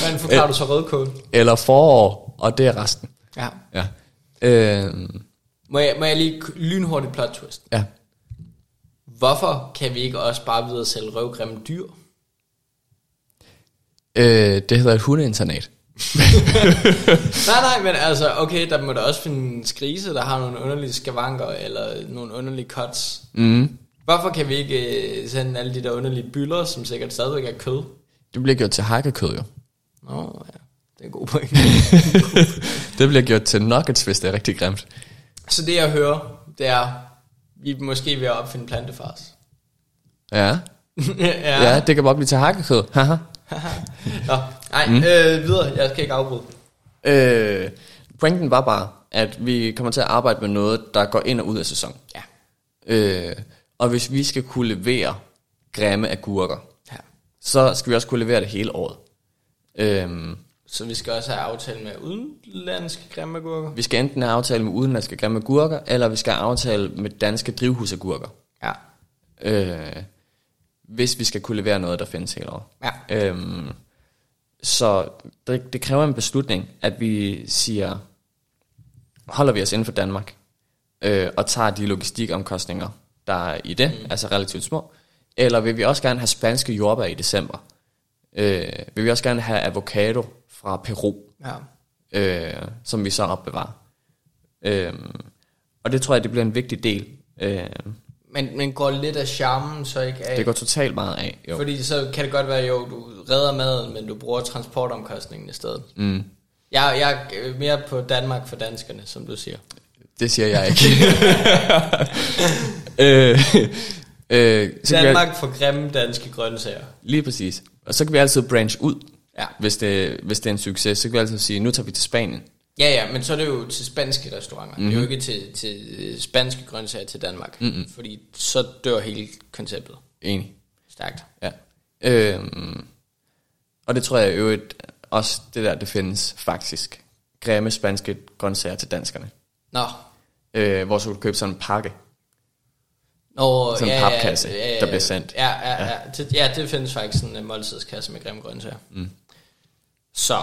Speaker 2: Hvordan forklarer du så rødkål?
Speaker 1: Eller forår, og det er resten.
Speaker 2: Ja.
Speaker 1: Ja. Øh,
Speaker 2: Må jeg, må jeg lige k- lynhurtigt plot twist?
Speaker 1: ja.
Speaker 2: Hvorfor kan vi ikke også bare videre sælge røvgrimme dyr?
Speaker 1: Øh, det hedder et hundeinternat.
Speaker 2: Nej, nej, men altså, okay, der må der også findes grise, der har nogle underlige skavanker, eller nogle underlige cuts.
Speaker 1: Mm.
Speaker 2: Hvorfor kan vi ikke øh, sende alle de der underlige byller, som sikkert stadigvæk er kød?
Speaker 1: Det bliver gjort til hakkekød, jo.
Speaker 2: Nå, ja, det er en god point.
Speaker 1: Det bliver gjort til nuggets, hvis det er rigtig grimt.
Speaker 2: Så det, jeg hører, det er, vi er måske ved at opfinde plantefars.
Speaker 1: Ja.
Speaker 2: ja.
Speaker 1: Ja, det kan bare blive til hakkekød. Haha.
Speaker 2: Nå, nej, mm. øh, videre, jeg skal ikke afbryde.
Speaker 1: Øh, pointen var bare, at vi kommer til at arbejde med noget, der går ind og ud af sæson.
Speaker 2: Ja.
Speaker 1: Øh, og hvis vi skal kunne levere grimme agurker,
Speaker 2: ja.
Speaker 1: så skal vi også kunne levere det hele året. Øh,
Speaker 2: Så vi skal også have aftale med udenlandske grimmagurker.
Speaker 1: vi skal enten have aftale med udenlandske grimme agurker, eller vi skal have aftale med danske drivhusagurker.
Speaker 2: Ja.
Speaker 1: Øh, hvis vi skal kunne levere noget, der findes hele året.
Speaker 2: Ja.
Speaker 1: Øhm, så det, det kræver en beslutning, at vi siger, holder vi os inden for Danmark, øh, og tager de logistikomkostninger, der er i det, mm. altså relativt små, eller vil vi også gerne have spanske jordbær i december? Øh, vil vi også gerne have avocado fra Peru,
Speaker 2: ja.
Speaker 1: øh, som vi så opbevarer? Øh, og det tror jeg, det bliver en vigtig del. Øh,
Speaker 2: Men, men går lidt af charmen så ikke af?
Speaker 1: det går totalt meget af. Jo.
Speaker 2: Fordi så kan det godt være, jo, du redder maden, men du bruger transportomkostningen i stedet. Mm. Jeg, jeg er mere på Danmark for danskerne, som du siger.
Speaker 1: Det siger jeg ikke. [laughs] øh, øh, så kan vi,
Speaker 2: Danmark for grimme danske grøntsager.
Speaker 1: lige præcis. Og så kan vi altid branch ud,
Speaker 2: Ja.
Speaker 1: hvis, det, hvis det er en succes. Så kan vi altid sige, nu tager vi til Spanien.
Speaker 2: Ja, ja, men så er det jo til spanske restauranter. Mm-hmm. Det
Speaker 1: Mhm.
Speaker 2: er jo ikke til, til øh, spanske grøntsager til Danmark. Mm-hmm. Fordi så dør hele konceptet.
Speaker 1: Enig.
Speaker 2: Stærkt.
Speaker 1: Ja. Øh, og det tror jeg i øvrigt også, det der, det findes faktisk. Grimme spanske grøntsager til danskerne.
Speaker 2: Nå,
Speaker 1: Øh, hvor så kan du købe sådan en pakke.
Speaker 2: Nå
Speaker 1: Sådan en
Speaker 2: ja,
Speaker 1: papkasse,
Speaker 2: ja, ja, ja,
Speaker 1: der bliver sendt.
Speaker 2: Ja, ja, ja. ja. Det, ja, det findes faktisk sådan en måltidskasse med grimme grøntsager. Mm. Så,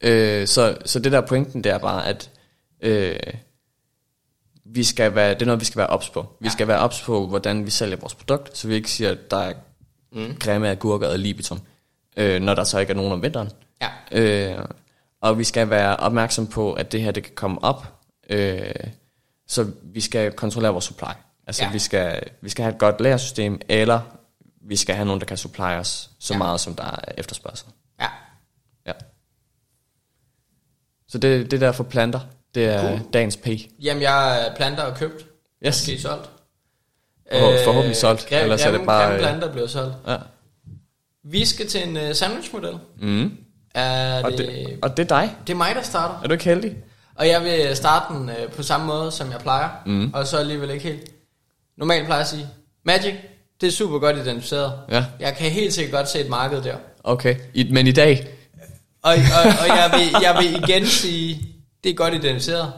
Speaker 1: Øh, så, så det der er pointen, det er bare, at øh, vi skal være, det er noget, vi skal være ops på. Vi ja. skal være ops på, hvordan vi sælger vores produkt, så vi ikke siger, at der er mm. grimme agurker og libitum, øh, når der så ikke er nogen om vinteren.
Speaker 2: ja.
Speaker 1: Øh, og vi skal være opmærksom på, at det her det kan komme op, øh, så vi skal kontrollere vores supply. Altså
Speaker 2: Ja.
Speaker 1: ja. vi, skal, vi skal have et godt lærersystem, eller vi skal have nogen, der kan supply os så
Speaker 2: Ja.
Speaker 1: ja. meget, som der er efterspørgsel.
Speaker 2: Ja.
Speaker 1: Ja. Så det, det der for planter, det er cool. dagens P.
Speaker 2: Jamen, jeg øh, planter og købt.
Speaker 1: Yes.
Speaker 2: Måske solgt. Øh,
Speaker 1: Forhå- forhåbentlig solgt,
Speaker 2: Grim,
Speaker 1: ellers
Speaker 2: ellers
Speaker 1: er det
Speaker 2: jamen,
Speaker 1: bare, øh,
Speaker 2: planter bliver solgt.
Speaker 1: Ja.
Speaker 2: Vi skal til en uh, sandwichmodel.
Speaker 1: Mm.
Speaker 2: Er
Speaker 1: Og,
Speaker 2: det,
Speaker 1: det,
Speaker 2: det,
Speaker 1: og det er dig.
Speaker 2: det er mig, der starter.
Speaker 1: Er du ikke heldig?
Speaker 2: Og jeg vil starte den øh, på samme måde, som jeg plejer. Mm. Og så alligevel ikke helt. Normalt plejer jeg at sige, Magic, det er super godt identificeret.
Speaker 1: Ja.
Speaker 2: Jeg kan helt sikkert godt se et marked der.
Speaker 1: Okay. I, men i dag,
Speaker 2: Og, og, og jeg, vil, jeg vil igen sige, det er godt identificeret.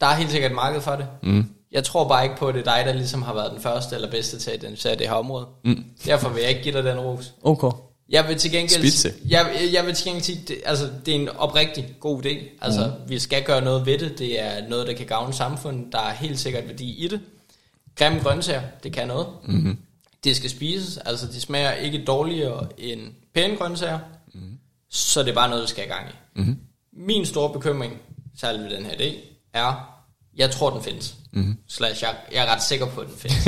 Speaker 2: Der er helt sikkert et marked for det. Mm. Jeg tror bare ikke på, at det er dig, der ligesom har været den første eller bedste til at identificere det her område. Mm. Derfor vil jeg ikke give dig den ros.
Speaker 1: okay.
Speaker 2: Jeg vil til gengæld,
Speaker 1: Spidse.
Speaker 2: Jeg, jeg vil til gengæld sige, det, altså, det er en oprigtig god idé. Altså, mm. vi skal gøre noget ved det. Det er noget, der kan gavne samfundet. Der er helt sikkert værdi i det. Grimme grøntsager, det kan noget. Mm-hmm. Det skal spises. Altså, de smager ikke dårligere end pæne grøntsager. Mm. Så det er bare noget, vi skal i gang i. Mm-hmm. Min store bekymring, særligt ved den her idé, er, jeg tror, den findes. Mm-hmm. Slash, jeg, jeg er ret sikker på, at den findes.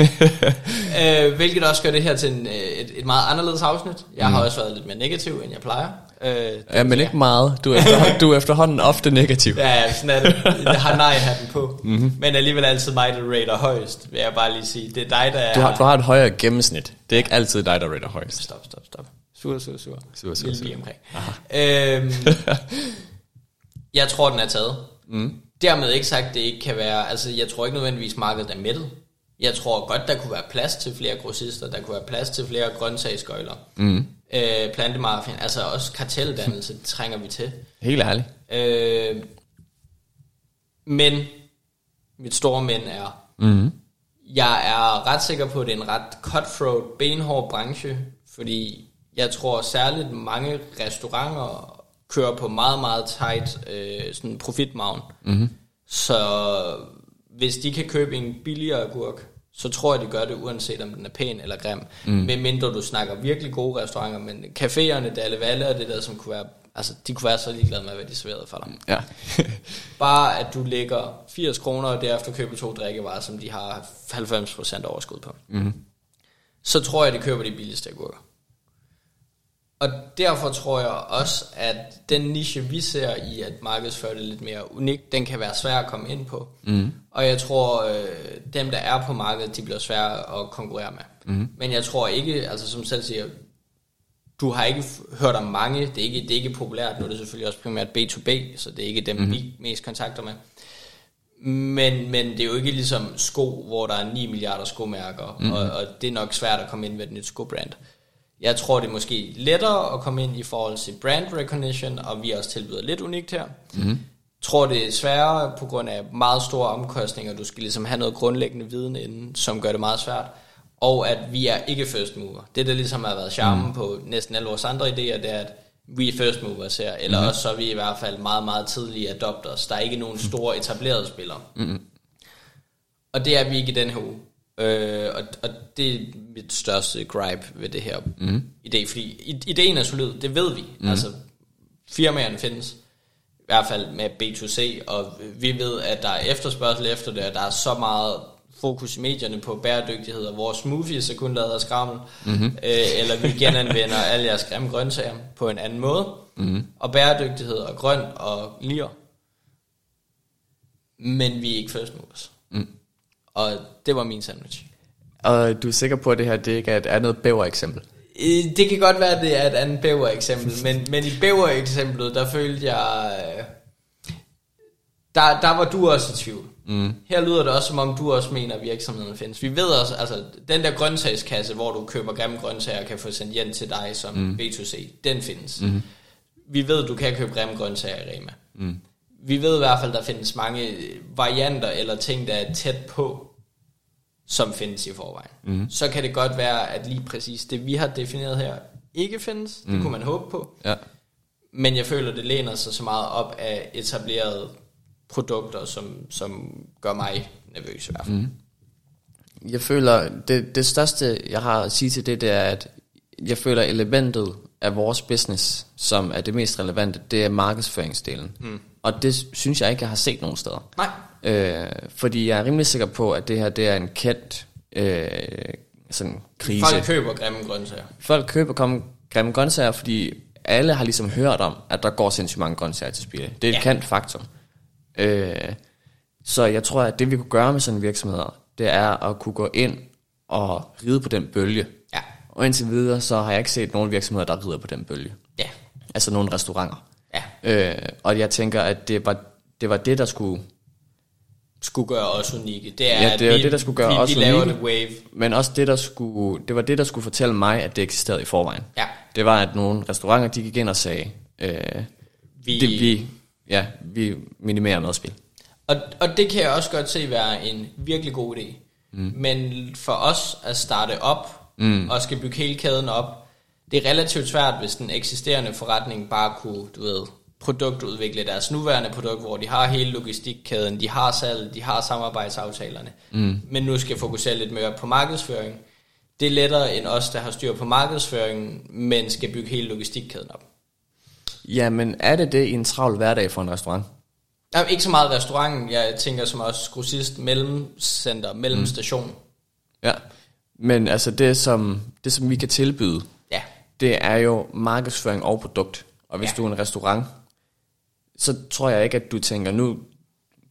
Speaker 2: Øh, hvilket også gør det her til en, øh, et, et meget anderledes afsnit. Jeg
Speaker 1: Mm.
Speaker 2: har også været lidt mere negativ, end jeg plejer. Øh,
Speaker 1: Ja, men ikke meget. Du er, efter, du er efterhånden ofte negativ.
Speaker 2: ja, ja, sådan er det. Jeg har nej hatten på.
Speaker 1: Mhm.
Speaker 2: Mm-hmm. Men alligevel altid mig, der rater højst, vil jeg bare lige sige. Det er dig, der er...
Speaker 1: Du har, du har et højere gennemsnit. Det er ikke altid dig, der rater højst.
Speaker 2: Stop, stop, stop. Sur, sur, sur.
Speaker 1: Sur, sur,
Speaker 2: Lille
Speaker 1: sur.
Speaker 2: pige omkring. Øhm, [laughs] jeg tror, den er taget. Mm. Dermed ikke sagt, det ikke kan være... Altså, jeg tror ikke nødvendigvis, markedet er mættet. Jeg tror godt, der kunne være plads til flere grossister. Der kunne være plads til flere grøntsagsgøjler. Mm. Øh, plantemafien. Altså, også karteldannelse det trænger vi til.
Speaker 1: Helt ærligt.
Speaker 2: Øh, men, mit store men er, mm. jeg er ret sikker på, at det er en ret cutthroat, benhård branche, fordi jeg tror særligt mange restauranter kører på meget, meget tight øh, sådan profitmagen. Mm. Så hvis de kan købe en billigere agurk, så tror jeg, de gør det, uanset om den er pæn eller grim. Mm. Men mindre du snakker virkelig gode restauranter, men caféerne, Dalle Valle og det der, som kunne være, altså, de kunne være så ligeglade med, hvad de serverede for dig.
Speaker 1: Ja.
Speaker 2: [laughs] Bare at du lægger 80 kroner, og derefter køber to drikkevarer, som de har 90% overskud på. Mm. Så tror jeg, de køber de billigste agurker. Og derfor tror jeg også, at den niche, vi ser i at markedsføre det lidt mere unikt, den kan være svær at komme ind på. Mm. Og jeg tror, øh, dem, der er på markedet, de bliver svære at konkurrere med. Mm. Men jeg tror ikke, altså som selv siger, du har ikke f- hørt om mange, det er ikke, det er ikke populært, nu er det selvfølgelig også primært B2B, så det er ikke dem, mm. vi mest kontakter med. Men, men det er jo ikke ligesom sko, hvor der er 9 milliarder skomærker, mm. og, og det er nok svært at komme ind med et nyt skobrand. Jeg tror, det er måske lettere at komme ind i forhold til brand recognition, og vi også tilbyder lidt unikt her. Mm. tror, det er sværere på grund af meget store omkostninger. Du skal ligesom have noget grundlæggende viden inden, som gør det meget svært. Og at vi er ikke first mover. Det, der ligesom har været charmen mm. på næsten alle vores andre idéer, det er, at vi er first movers her, eller mm. også så er vi i hvert fald meget, meget tidlige adopters. Der er ikke nogen store etablerede spillere. Mm. Og det er vi ikke i den her uge. Øh, og, og det er mit største gripe ved det her mm. idé, fordi i- ideen er solid, det ved vi. Mm. Altså, firmaerne findes, i hvert fald med B2C, og vi ved, at der er efterspørgsel efter det, og der er så meget fokus i medierne på bæredygtighed, og vores smoothies er kun lavet af skrammel, mm-hmm. øh, eller vi genanvender [laughs] alle jeres grimme grøntsager på en anden måde, mm-hmm. og bæredygtighed og grøn og lir, men vi er ikke first movers. Mm. Og det var min sandwich.
Speaker 1: Og du er sikker på, at det her det ikke er et andet bæver-eksempel?
Speaker 2: Øh, Det kan godt være, at det er et andet bæver-eksempel, men, men i bæver-eksemplet, der følte jeg... øh, Der, der var du også i tvivl. Mm. Her lyder det også, som om du også mener, at virksomheden findes. Vi ved også, altså den der grøntsagskasse, hvor du køber grimme grøntsager og kan få sendt hjem til dig som mm. B2C, den findes. Mm. Vi ved, du kan købe grimme grøntsager i Rema. Mm. Vi ved i hvert fald, der findes mange varianter eller ting, der er tæt på som findes i forvejen.
Speaker 1: Mhm.
Speaker 2: Mm. Så kan det godt være, at lige præcis det, vi har defineret her, ikke findes. Det
Speaker 1: Mhm.
Speaker 2: kunne man håbe på.
Speaker 1: Ja.
Speaker 2: Men jeg føler, det læner sig så meget op af etablerede produkter, som, som gør mig nervøs i hvert fald. Mm.
Speaker 1: Mhm. Jeg føler, det, det største, jeg har at sige til det, det er, at jeg føler elementet af vores business, som er det mest relevante, det er markedsføringsdelen. Mm. Og det synes jeg ikke, jeg har set nogen steder.
Speaker 2: Nej.
Speaker 1: Øh, fordi jeg er rimelig sikker på, at det her det er en kendt øh, sådan krise.
Speaker 2: Folk køber grimme grøntsager.
Speaker 1: Folk køber kom, grimme grøntsager, fordi alle har ligesom hørt om, at der går sindssygt mange grøntsager til spil. Det er et ja. kendt faktum. Øh, så jeg tror, at det vi kunne gøre med sådan virksomheder, det er at kunne gå ind og ride på den bølge.
Speaker 2: Ja.
Speaker 1: Og indtil videre, så har jeg ikke set nogen virksomheder, der rider på den bølge.
Speaker 2: Ja.
Speaker 1: Altså nogle restauranter.
Speaker 2: Ja.
Speaker 1: Øh, og jeg tænker, at det var det, var det der skulle
Speaker 2: Skulle gøre os unikke. Det er,
Speaker 1: Ja,
Speaker 2: at
Speaker 1: det er jo
Speaker 2: vi,
Speaker 1: det, der skulle gøre
Speaker 2: vi,
Speaker 1: os
Speaker 2: vi laver
Speaker 1: unikke.
Speaker 2: en wave.
Speaker 1: Men også det, der skulle, det var det, der skulle fortælle mig, at det eksisterede i forvejen.
Speaker 2: Ja.
Speaker 1: Det var, at nogle restauranter, de gik ind og sagde, øh,
Speaker 2: Vi-
Speaker 1: vi... Det, vi, ja, vi minimerer madspil.
Speaker 2: Og, og det kan jeg også godt se være en virkelig god idé. Mm. Men for os at starte op mm. og skal bygge hele kæden op, det er relativt svært, hvis den eksisterende forretning bare kunne, du ved, produktudvikle deres nuværende produkt, hvor de har hele logistikkæden, de har salg, de har samarbejdsaftalerne. Mm. Men nu skal fokusere lidt mere på markedsføring. Det er lettere end os, der har styr på markedsføringen, men skal bygge hele logistikkæden op.
Speaker 1: Ja, men er det det i en travl hverdag for en restaurant?
Speaker 2: Jamen, ikke så meget restauranten, jeg tænker som også grossist, mellemcenter, mellemstation. Mm.
Speaker 1: Ja. Men altså det, som, det, som vi kan tilbyde,
Speaker 2: Ja.
Speaker 1: det er jo markedsføring og produkt. Og hvis
Speaker 2: Ja.
Speaker 1: ja. du er en restaurant, så tror jeg ikke, at du tænker, nu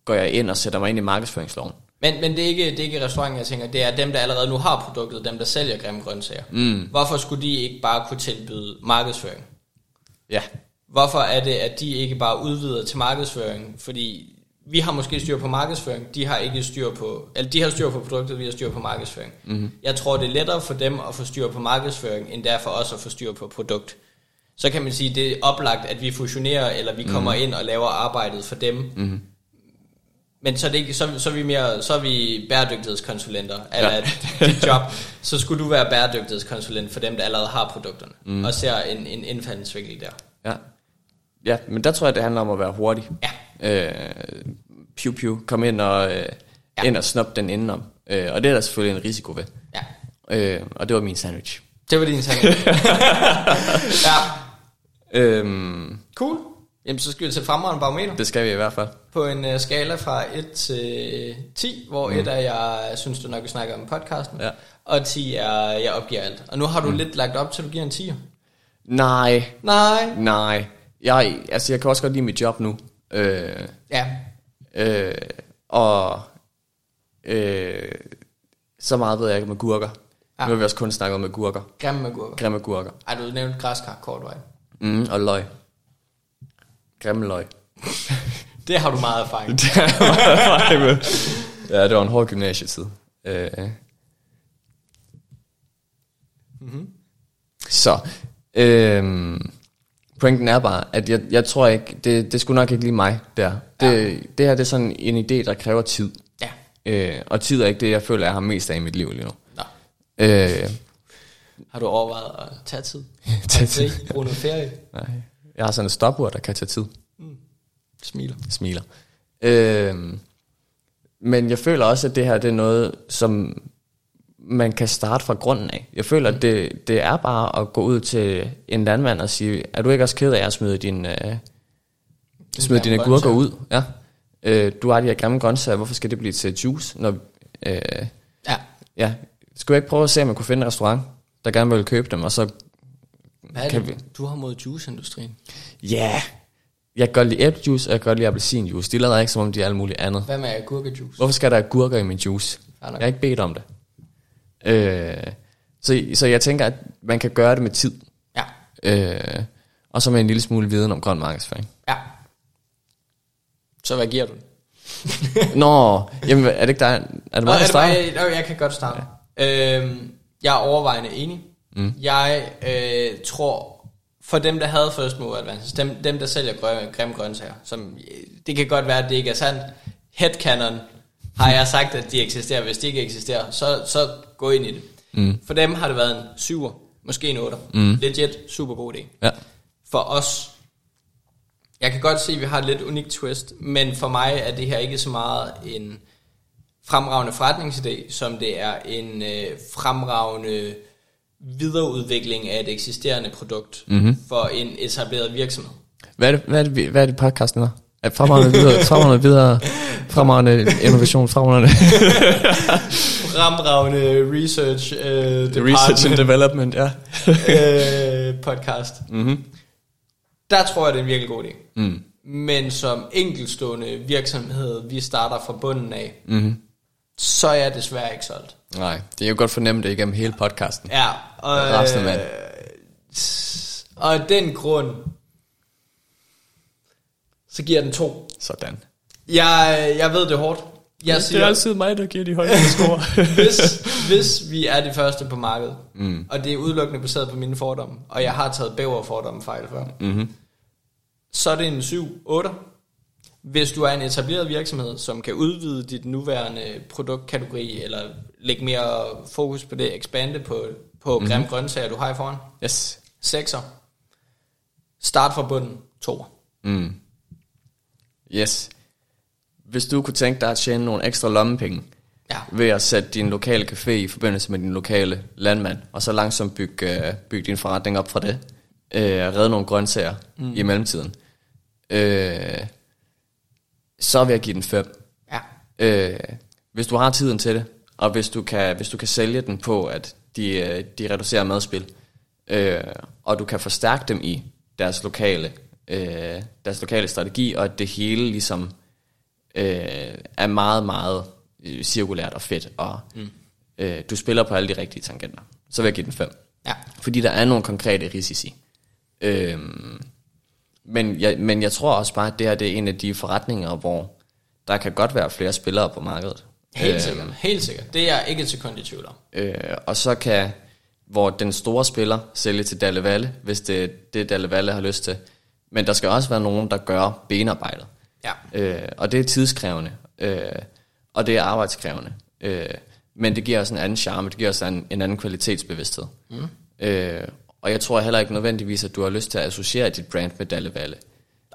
Speaker 1: går jeg ind og sætter mig ind i markedsføringsloven.
Speaker 2: Men, men det, er ikke, det er ikke restauranten, jeg tænker. Det er dem, der allerede nu har produktet, dem, der sælger grimme grøntsager. Mm. Hvorfor skulle de ikke bare kunne tilbyde markedsføring?
Speaker 1: Ja.
Speaker 2: Hvorfor er det, at de ikke bare udvider til markedsføring? Fordi vi har måske styr på markedsføring, de har ikke styr på, eller de har styr på produktet, vi har styr på markedsføring. Mm-hmm. Jeg tror, det er lettere for dem at få styr på markedsføring, end det er for os at få styr på produkt. Så kan man sige, det er oplagt, at vi fusionerer, eller vi kommer mm-hmm. ind og laver arbejdet for dem. Mm-hmm. Men så er, det ikke, så, så, er vi mere, så er vi bæredygtighedskonsulenter, eller ja. [laughs] dit job. Så skulle du være bæredygtighedskonsulent for dem, der allerede har produkterne, mm. og ser en, en indfaldsvinkel der.
Speaker 1: Ja. Ja, men der tror jeg, det handler om at være hurtig.
Speaker 2: Ja.
Speaker 1: Øh, piu piu, kom ind og, øh, ja. ind og snop den indenom. Øh, og det er der selvfølgelig en risiko ved.
Speaker 2: Ja.
Speaker 1: Øh, og det var min sandwich.
Speaker 2: Det var
Speaker 1: [laughs]
Speaker 2: din sang. ja.
Speaker 1: Øhm,
Speaker 2: Cool. Jamen, så skal vi til fremragende barometer.
Speaker 1: det skal vi i hvert fald.
Speaker 2: På en uh, skala fra 1 til 10, hvor mm. 1 er, jeg synes, du nok vil snakke om podcasten,
Speaker 1: Ja.
Speaker 2: og 10 er, jeg opgiver alt. Og nu har du mm. lidt lagt op til, at du giver en 10.
Speaker 1: Nej,
Speaker 2: Nej.
Speaker 1: nej. Jeg, altså, jeg kan også godt lide mit job nu. Øh,
Speaker 2: Ja.
Speaker 1: øh, og øh, så meget ved jeg ikke med gurker.
Speaker 2: Ja.
Speaker 1: Ja. Nu har vi også kun snakket om agurker.
Speaker 2: Grimme agurker.
Speaker 1: Grimme agurker.
Speaker 2: Ej, du nævnte græskar kort vej.
Speaker 1: Mm, og løg. Grimme løg.
Speaker 2: Det har du meget erfaring.
Speaker 1: [laughs]
Speaker 2: med.
Speaker 1: ja, det var en hård gymnasietid. Øh. Mm-hmm. Så, øh, pointen er bare, at jeg, jeg tror ikke, det, det skulle nok ikke lige mig der. Det, ja. det her det er sådan en idé, der kræver tid.
Speaker 2: ja.
Speaker 1: Øh, og tid er ikke det, jeg føler, jeg har mest af i mit liv lige nu.
Speaker 2: Nå.
Speaker 1: Øh,
Speaker 2: Har du overvejet at tage tid?
Speaker 1: [laughs] Tage
Speaker 2: tid. Bruge noget ferie?
Speaker 1: nej. Jeg har sådan et stopur, der kan tage tid.
Speaker 2: Smiler.
Speaker 1: smiler. Øhm, men jeg føler også, at det her det er noget, som man kan starte fra grunden af. Jeg føler, at det, det er bare at gå ud til en landmand og sige, er du ikke også ked af at smide, din, øh, smide
Speaker 2: Grimme
Speaker 1: dine gurker
Speaker 2: grøntsager."
Speaker 1: ud? Ja. Øh, du har de her grimme grøntsager, hvorfor skal det blive til juice? Når, øh,
Speaker 2: Ja.
Speaker 1: ja. Skulle jeg ikke prøve at se, om jeg kunne finde en restaurant, der gerne ville købe dem, og så
Speaker 2: Hvad er
Speaker 1: Kan
Speaker 2: det, du har mod juiceindustrien?
Speaker 1: ja, yeah. jeg kan godt lide æblejuice, og jeg kan godt lide appelsinjuice. De lader ikke, som om de er alt muligt andet.
Speaker 2: Hvad med agurkejuice?
Speaker 1: Hvorfor skal der agurker i min juice?
Speaker 2: Fair nok.
Speaker 1: Jeg har ikke bedt om det. Øh, så, så jeg tænker, at man kan gøre det med tid.
Speaker 2: Ja.
Speaker 1: Øh, og så med en lille smule viden om grøn markedsføring.
Speaker 2: Ja. Så hvad giver du den?
Speaker 1: Nå, jamen, er det ikke dig? Er det mig, der
Speaker 2: Nå, er det bare-
Speaker 1: starter?
Speaker 2: øh, nå, jeg kan godt starte. Ja. Øhm, jeg er overvejende enig. Mm. Jeg øh, tror, for dem, der havde first mover advantage, dem, dem der sælger grøn, grimme grøntsager, som, øh, det kan godt være, at det ikke er sandt, headcanon har jeg sagt, at de eksisterer. Hvis de ikke eksisterer, så, så gå ind i det. Mm. For dem har det været en syver, måske en otter. Mm. Legit, super god idé.
Speaker 1: Ja.
Speaker 2: for os, jeg kan godt se, at vi har et lidt unikt twist, men for mig er det her ikke så meget en fremragende forretningsidé, som det er en øh, fremragende videreudvikling af et eksisterende produkt mm-hmm. for en etableret virksomhed.
Speaker 1: Hvad er det, hvad er det, vi- hvad er det podcasten hedder? Ja, Fremragende [laughs] videre, fremragende videre, fremragende innovation, fremragende [laughs]
Speaker 2: Fremragende research, øh,
Speaker 1: research and
Speaker 2: department
Speaker 1: development, ja.
Speaker 2: øh, podcast. Mm-hmm. Der tror jeg, det er en virkelig god idé. Mm. Men som enkeltstående virksomhed, vi starter fra bunden af, mm-hmm. så er jeg desværre ikke solgt.
Speaker 1: Nej, det er jo godt fornemt det igennem hele podcasten.
Speaker 2: Ja, og,
Speaker 1: Rasende mand.
Speaker 2: s- og af den grund, så giver jeg den to.
Speaker 1: Sådan.
Speaker 2: Jeg, jeg ved det er hårdt. Jeg siger,
Speaker 1: altid mig, der giver de højeste score.
Speaker 2: hvis, hvis vi er det første på markedet, mm. og det er udelukkende baseret på mine fordomme, og jeg har taget bæver fordomme fejl før, mm-hmm. så er det en 7-8. Hvis du er en etableret virksomhed, som kan udvide dit nuværende produktkategori, eller lægge mere fokus på det, ekspande på, på mm. grimme grøntsager, du har i foran,
Speaker 1: yes.
Speaker 2: 6'er. Start fra bunden, 2'er.
Speaker 1: Mm. Yes. Hvis du kunne tænke dig at tjene nogle ekstra lommepenge,
Speaker 2: Ja.
Speaker 1: ved at sætte din lokale café i forbindelse med din lokale landmand, og så langsomt bygge, øh, bygge din forretning op fra det, øh, og redde nogle grøntsager mm. i mellemtiden, øh, så vil jeg give den 5.
Speaker 2: Ja.
Speaker 1: Øh, hvis du har tiden til det, og hvis du kan, hvis du kan sælge den på, at de, øh, de reducerer madspil, øh, og du kan forstærke dem i deres lokale, øh, deres lokale strategi, og at det hele ligesom øh, er meget, meget øh, cirkulært og fedt, og mm. øh, du spiller på alle de rigtige tangenter, så vil jeg give den 5.
Speaker 2: Ja.
Speaker 1: Fordi der er nogle konkrete risici. Øhm, men, jeg, men jeg tror også bare, at det her det er en af de forretninger, hvor der kan godt være flere spillere på markedet.
Speaker 2: Helt sikkert. Helt sikkert. Det er jeg ikke et sekund i tvivl om.
Speaker 1: Øh, og så kan, hvor den store spiller sælge til Dalle Valle, hvis det er det, Dalle Valle har lyst til. Men der skal også være nogen, der gør benarbejdet.
Speaker 2: Ja.
Speaker 1: Øh, og det er tidskrævende, øh, og det er arbejdskrævende. Øh, men det giver også en anden charme, det giver også en, en anden kvalitetsbevidsthed. Mm. Øh, og jeg tror heller ikke nødvendigvis, at du har lyst til at associere dit brand med Dalle Valle.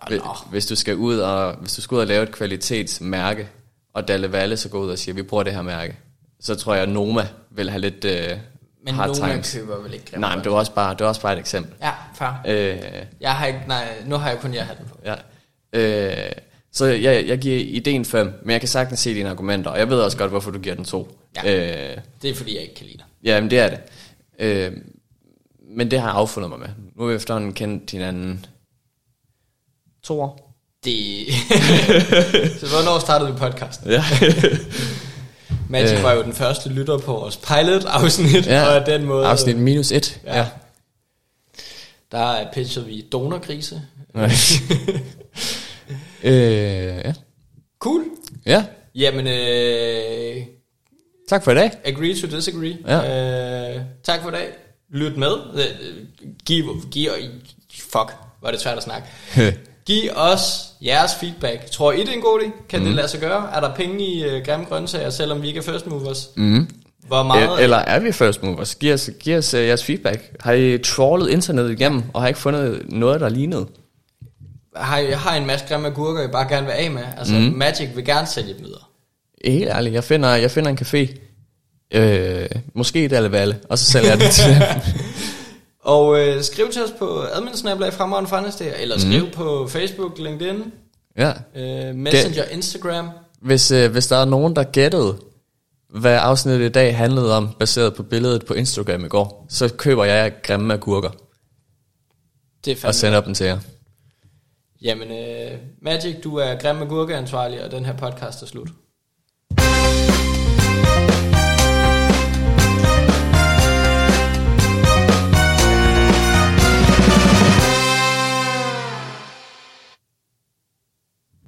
Speaker 1: Hvis, hvis, du skal ud og, hvis du skal ud og lave et kvalitetsmærke, og Dalle Valle så går ud og siger, vi bruger det her mærke, så tror jeg, at Noma vil have lidt øh,
Speaker 2: Men
Speaker 1: hard
Speaker 2: nogen
Speaker 1: times.
Speaker 2: køber vel ikke
Speaker 1: Nej, men det var også bare, det var også bare et eksempel.
Speaker 2: Ja, fair.
Speaker 1: Øh,
Speaker 2: Jeg har ikke, nej, nu har jeg kun jeg hatten på.
Speaker 1: Ja. Øh, så jeg, jeg giver ideen 5, men jeg kan sagtens se dine argumenter, og jeg ved også godt, hvorfor du giver den 2. Ja. Øh,
Speaker 2: Det er fordi, jeg ikke kan lide dig.
Speaker 1: ja, men det er det. Øh, men det har jeg affundet mig med. Nu har vi efterhånden kendt hinanden to år.
Speaker 2: Det... så hvornår startede vi podcasten? [laughs]
Speaker 1: Ja.
Speaker 2: Magic øh. var jo den første lytter på vores pilot-afsnit, ja. og af den måde...
Speaker 1: Afsnit minus 1. [laughs]
Speaker 2: Ja. ja. Der pitchede vi donorgrise.
Speaker 1: øh, ja.
Speaker 2: Cool.
Speaker 1: ja,
Speaker 2: Jamen, øh,
Speaker 1: tak for i dag.
Speaker 2: agree to disagree.
Speaker 1: Ja.
Speaker 2: Øh, tak for i dag. Lyt med. Øh, Giv, giv, fuck, var det svært at snakke. Giv os jeres feedback. Tror I, det er en god idé? Kan mm. det
Speaker 1: Mhm.
Speaker 2: lade sig gøre? Er der penge i øh, grimme grøntsager, selvom vi ikke er first movers? Mm.
Speaker 1: Mhm.
Speaker 2: Hvor meget...
Speaker 1: Øh, Eller er vi first movers? Giv os, giv os uh, jeres feedback. Har I trawlet internettet igennem, og har ikke fundet noget, der lignede?
Speaker 2: har, jeg har en masse grimme agurker, jeg bare gerne vil af med. Altså, mm.
Speaker 1: Mhm.
Speaker 2: Magic vil gerne sælge dem videre.
Speaker 1: Helt ærligt, jeg finder, jeg finder en café. Øh, måske et Valle, og så sælger jeg det til dem.
Speaker 2: Og øh, skriv til os på adminsnablag fremragende Fandesteger, eller
Speaker 1: Mhm.
Speaker 2: skriv mm. på Facebook, LinkedIn,
Speaker 1: Ja.
Speaker 2: øh, Messenger, Instagram.
Speaker 1: Hvis, øh, hvis der er nogen, der gættede, hvad afsnittet i dag handlede om, baseret på billedet på Instagram i går, så køber jeg grimme agurker
Speaker 2: Det er fandme.
Speaker 1: og sender dem til jer.
Speaker 2: Jamen, øh, Magic, du er grimme agurkeansvarlig, og den her podcast er slut.